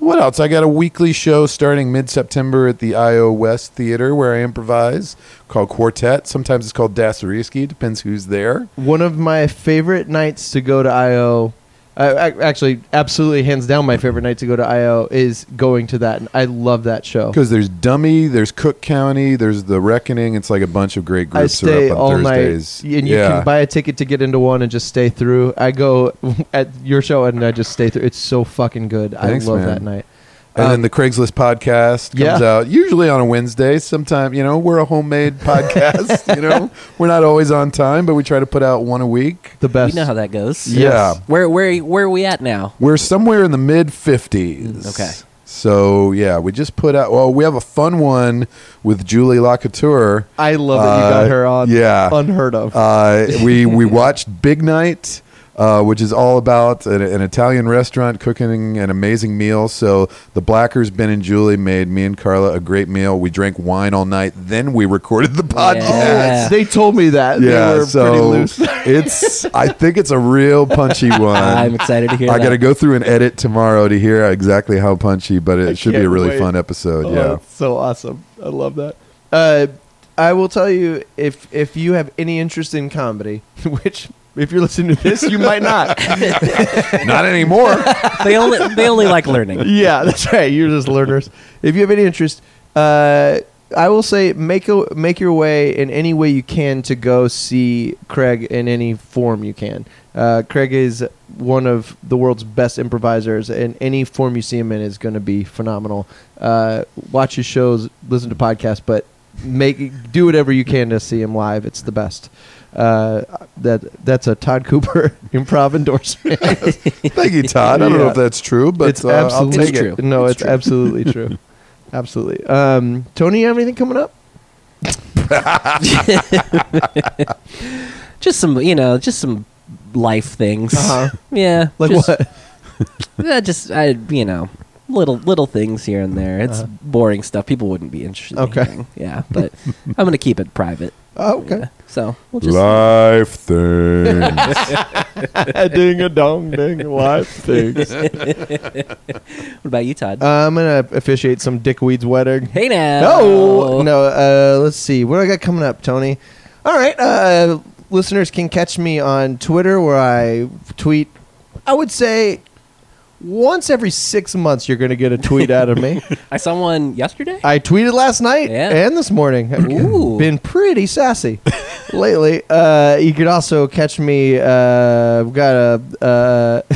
Speaker 4: what else? I got a weekly show starting mid September at the IO West Theater where I improvise called Quartet. Sometimes it's called Dasariski, depends who's there.
Speaker 3: One of my favorite nights to go to IO, uh, ac- actually, absolutely hands down, my favorite night to go to IO is going to that, and I love that show.
Speaker 4: Because there's Dummy, there's Cook County, there's The Reckoning. It's like a bunch of great
Speaker 3: I
Speaker 4: groups
Speaker 3: stay
Speaker 4: are up on
Speaker 3: all
Speaker 4: Thursdays.
Speaker 3: night, and you
Speaker 4: Yeah.
Speaker 3: can buy a ticket to get into one and just stay through. I go [laughs] at your show and I just stay through. It's so fucking good.
Speaker 4: Thanks,
Speaker 3: I love
Speaker 4: man.
Speaker 3: that night.
Speaker 4: And
Speaker 3: Um,
Speaker 4: then the Craigslist podcast comes
Speaker 3: Yeah.
Speaker 4: out usually on a Wednesday. Sometime, you know, we're
Speaker 3: [laughs]
Speaker 4: a homemade podcast. you know, we're not always on time, but we try to put out one a week.
Speaker 3: The
Speaker 2: you
Speaker 3: best.
Speaker 2: know how that goes.
Speaker 4: Yeah.
Speaker 2: Where where where are we at now?
Speaker 4: We're somewhere in the mid
Speaker 3: Mm,
Speaker 4: 50s.
Speaker 2: Okay.
Speaker 4: So, yeah, we just put out, well, we have a fun one with Julie Lacouture.
Speaker 3: I love that you got
Speaker 4: Uh,
Speaker 3: her on.
Speaker 4: yeah.
Speaker 3: Unheard of.
Speaker 4: Uh,
Speaker 3: [laughs]
Speaker 4: we, we watched Big Night. Uh, which is all about an, an Italian restaurant cooking an amazing meal. So the Blackers, Ben and Julie, made me and Carla a great meal. We drank wine all night. Then we recorded the podcast.
Speaker 2: Yeah.
Speaker 3: They told me that.
Speaker 4: Yeah,
Speaker 3: they were
Speaker 4: so
Speaker 3: pretty loose.
Speaker 4: it's. I think it's a
Speaker 3: [laughs]
Speaker 4: real punchy one.
Speaker 2: I'm excited to hear.
Speaker 4: I
Speaker 2: that.
Speaker 4: got to go through and edit tomorrow to hear exactly how punchy, but it should be a
Speaker 3: can't
Speaker 4: really
Speaker 3: wait.
Speaker 4: fun episode.
Speaker 3: Oh,
Speaker 4: yeah.
Speaker 3: that's so awesome. I love that. Uh, I will tell you if if you have any interest in comedy, [laughs] which if you're listening to this, you might not.
Speaker 4: Not anymore.
Speaker 2: They only they only like learning.
Speaker 3: [laughs] yeah, that's right. You're just learners. If you have any interest, uh, I will say make a, make your way in any way you can to go see Craig in any form you can. Uh, Craig is one of the world's best improvisers, and any form you see him in is going to be phenomenal. Uh, watch his shows, listen to podcasts, but make do whatever you can to see him live. It's the best. Uh, that that's a Todd Cooper [laughs] improv endorsement.
Speaker 4: [laughs] Thank you, Todd. I don't
Speaker 3: [laughs]
Speaker 4: know
Speaker 3: Yeah.
Speaker 4: if that's true, but
Speaker 3: it's
Speaker 4: uh,
Speaker 3: absolutely
Speaker 4: I'll take
Speaker 2: true.
Speaker 4: it.
Speaker 3: No, it's, absolutely [laughs] true. absolutely. Um, Tony, you have anything coming up?
Speaker 2: Just some you know just some life things.
Speaker 3: Uh-huh.
Speaker 2: Yeah.
Speaker 3: [laughs] Like
Speaker 2: just,
Speaker 3: what?
Speaker 2: Yeah, just I you know little little things here and there. It's boring stuff. People wouldn't be interested. in
Speaker 3: Uh-huh. Okay.
Speaker 2: hearing. Yeah,
Speaker 3: [laughs]
Speaker 2: but I'm gonna keep it private.
Speaker 3: Oh, okay.
Speaker 2: Yeah. So we'll just
Speaker 4: Life thing.
Speaker 3: [laughs] ding a dong, ding [laughs] live things. Uh,
Speaker 2: What about you, Todd?
Speaker 3: I'm gonna officiate some dickweed's wedding.
Speaker 2: hey now.
Speaker 3: No, no. Uh, let's see what do I got coming up, Tony. All right, uh, listeners can catch me on Twitter where I tweet. I would say once every six months you're gonna get a tweet out of [laughs] me.
Speaker 2: I saw one yesterday.
Speaker 3: I tweeted last night
Speaker 2: Yeah.
Speaker 3: and this morning. I've
Speaker 2: Ooh.
Speaker 3: Been pretty sassy [laughs] lately. Uh, you could also catch me. Uh, I've got a. Uh, [laughs]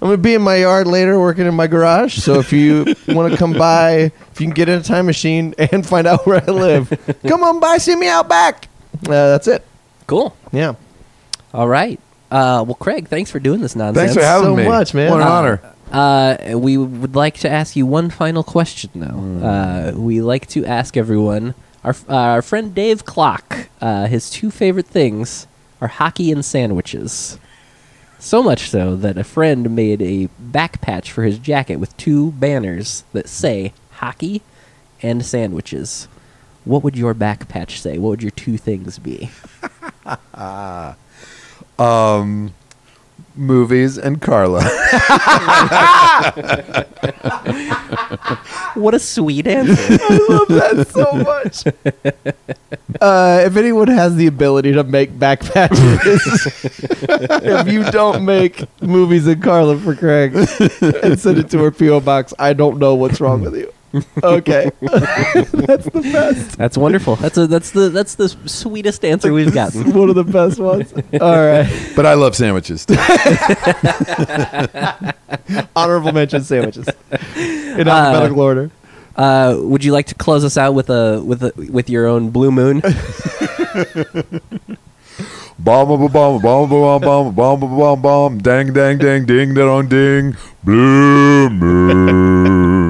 Speaker 3: I'm gonna be in my yard later, working in my garage. So if
Speaker 2: [laughs]
Speaker 3: you want to come by, if you can get in a time machine and find out where I live, come on by, see me out back. Uh, that's it.
Speaker 2: cool.
Speaker 3: Yeah.
Speaker 2: All right. Uh, well, Craig, thanks for doing this nonsense.
Speaker 4: Thanks for having
Speaker 3: so
Speaker 4: me.
Speaker 3: much, man.
Speaker 4: What an
Speaker 3: Uh,
Speaker 4: honor.
Speaker 2: Uh, we would like to ask you one final question,
Speaker 4: Hmm.
Speaker 2: though. Uh, we like to ask everyone. Our, uh, our friend Dave Clock, uh, his two favorite things are hockey and sandwiches. So much so that a friend made a back patch for his jacket with two banners that say hockey and sandwiches. What would your back patch say? What would your two things be?
Speaker 4: Movies and
Speaker 2: [laughs]
Speaker 4: Carla. [laughs]
Speaker 2: What a sweet answer.
Speaker 3: That's [laughs] so much. Uh, if anyone has the ability to make back [laughs] patches, if you don't make movies in Carla for Craig and send it to her PO box, I don't know what's wrong with you. [laughs] Okay,
Speaker 2: That's wonderful. That's a, that's the that's the sweetest answer we've gotten.
Speaker 3: one of the best ones. All right,
Speaker 4: but I love sandwiches. too.
Speaker 3: honorable mention sandwiches in alphabetical order.
Speaker 2: [laughs] Uh, would you like to close us out with a with a with your own blue moon?
Speaker 4: Bomb, bomb, bomb, bomb, bomb, bomb, bomb, bomb, bomb, bomb, dang, dang, dang, ding, dong, ding, bloom.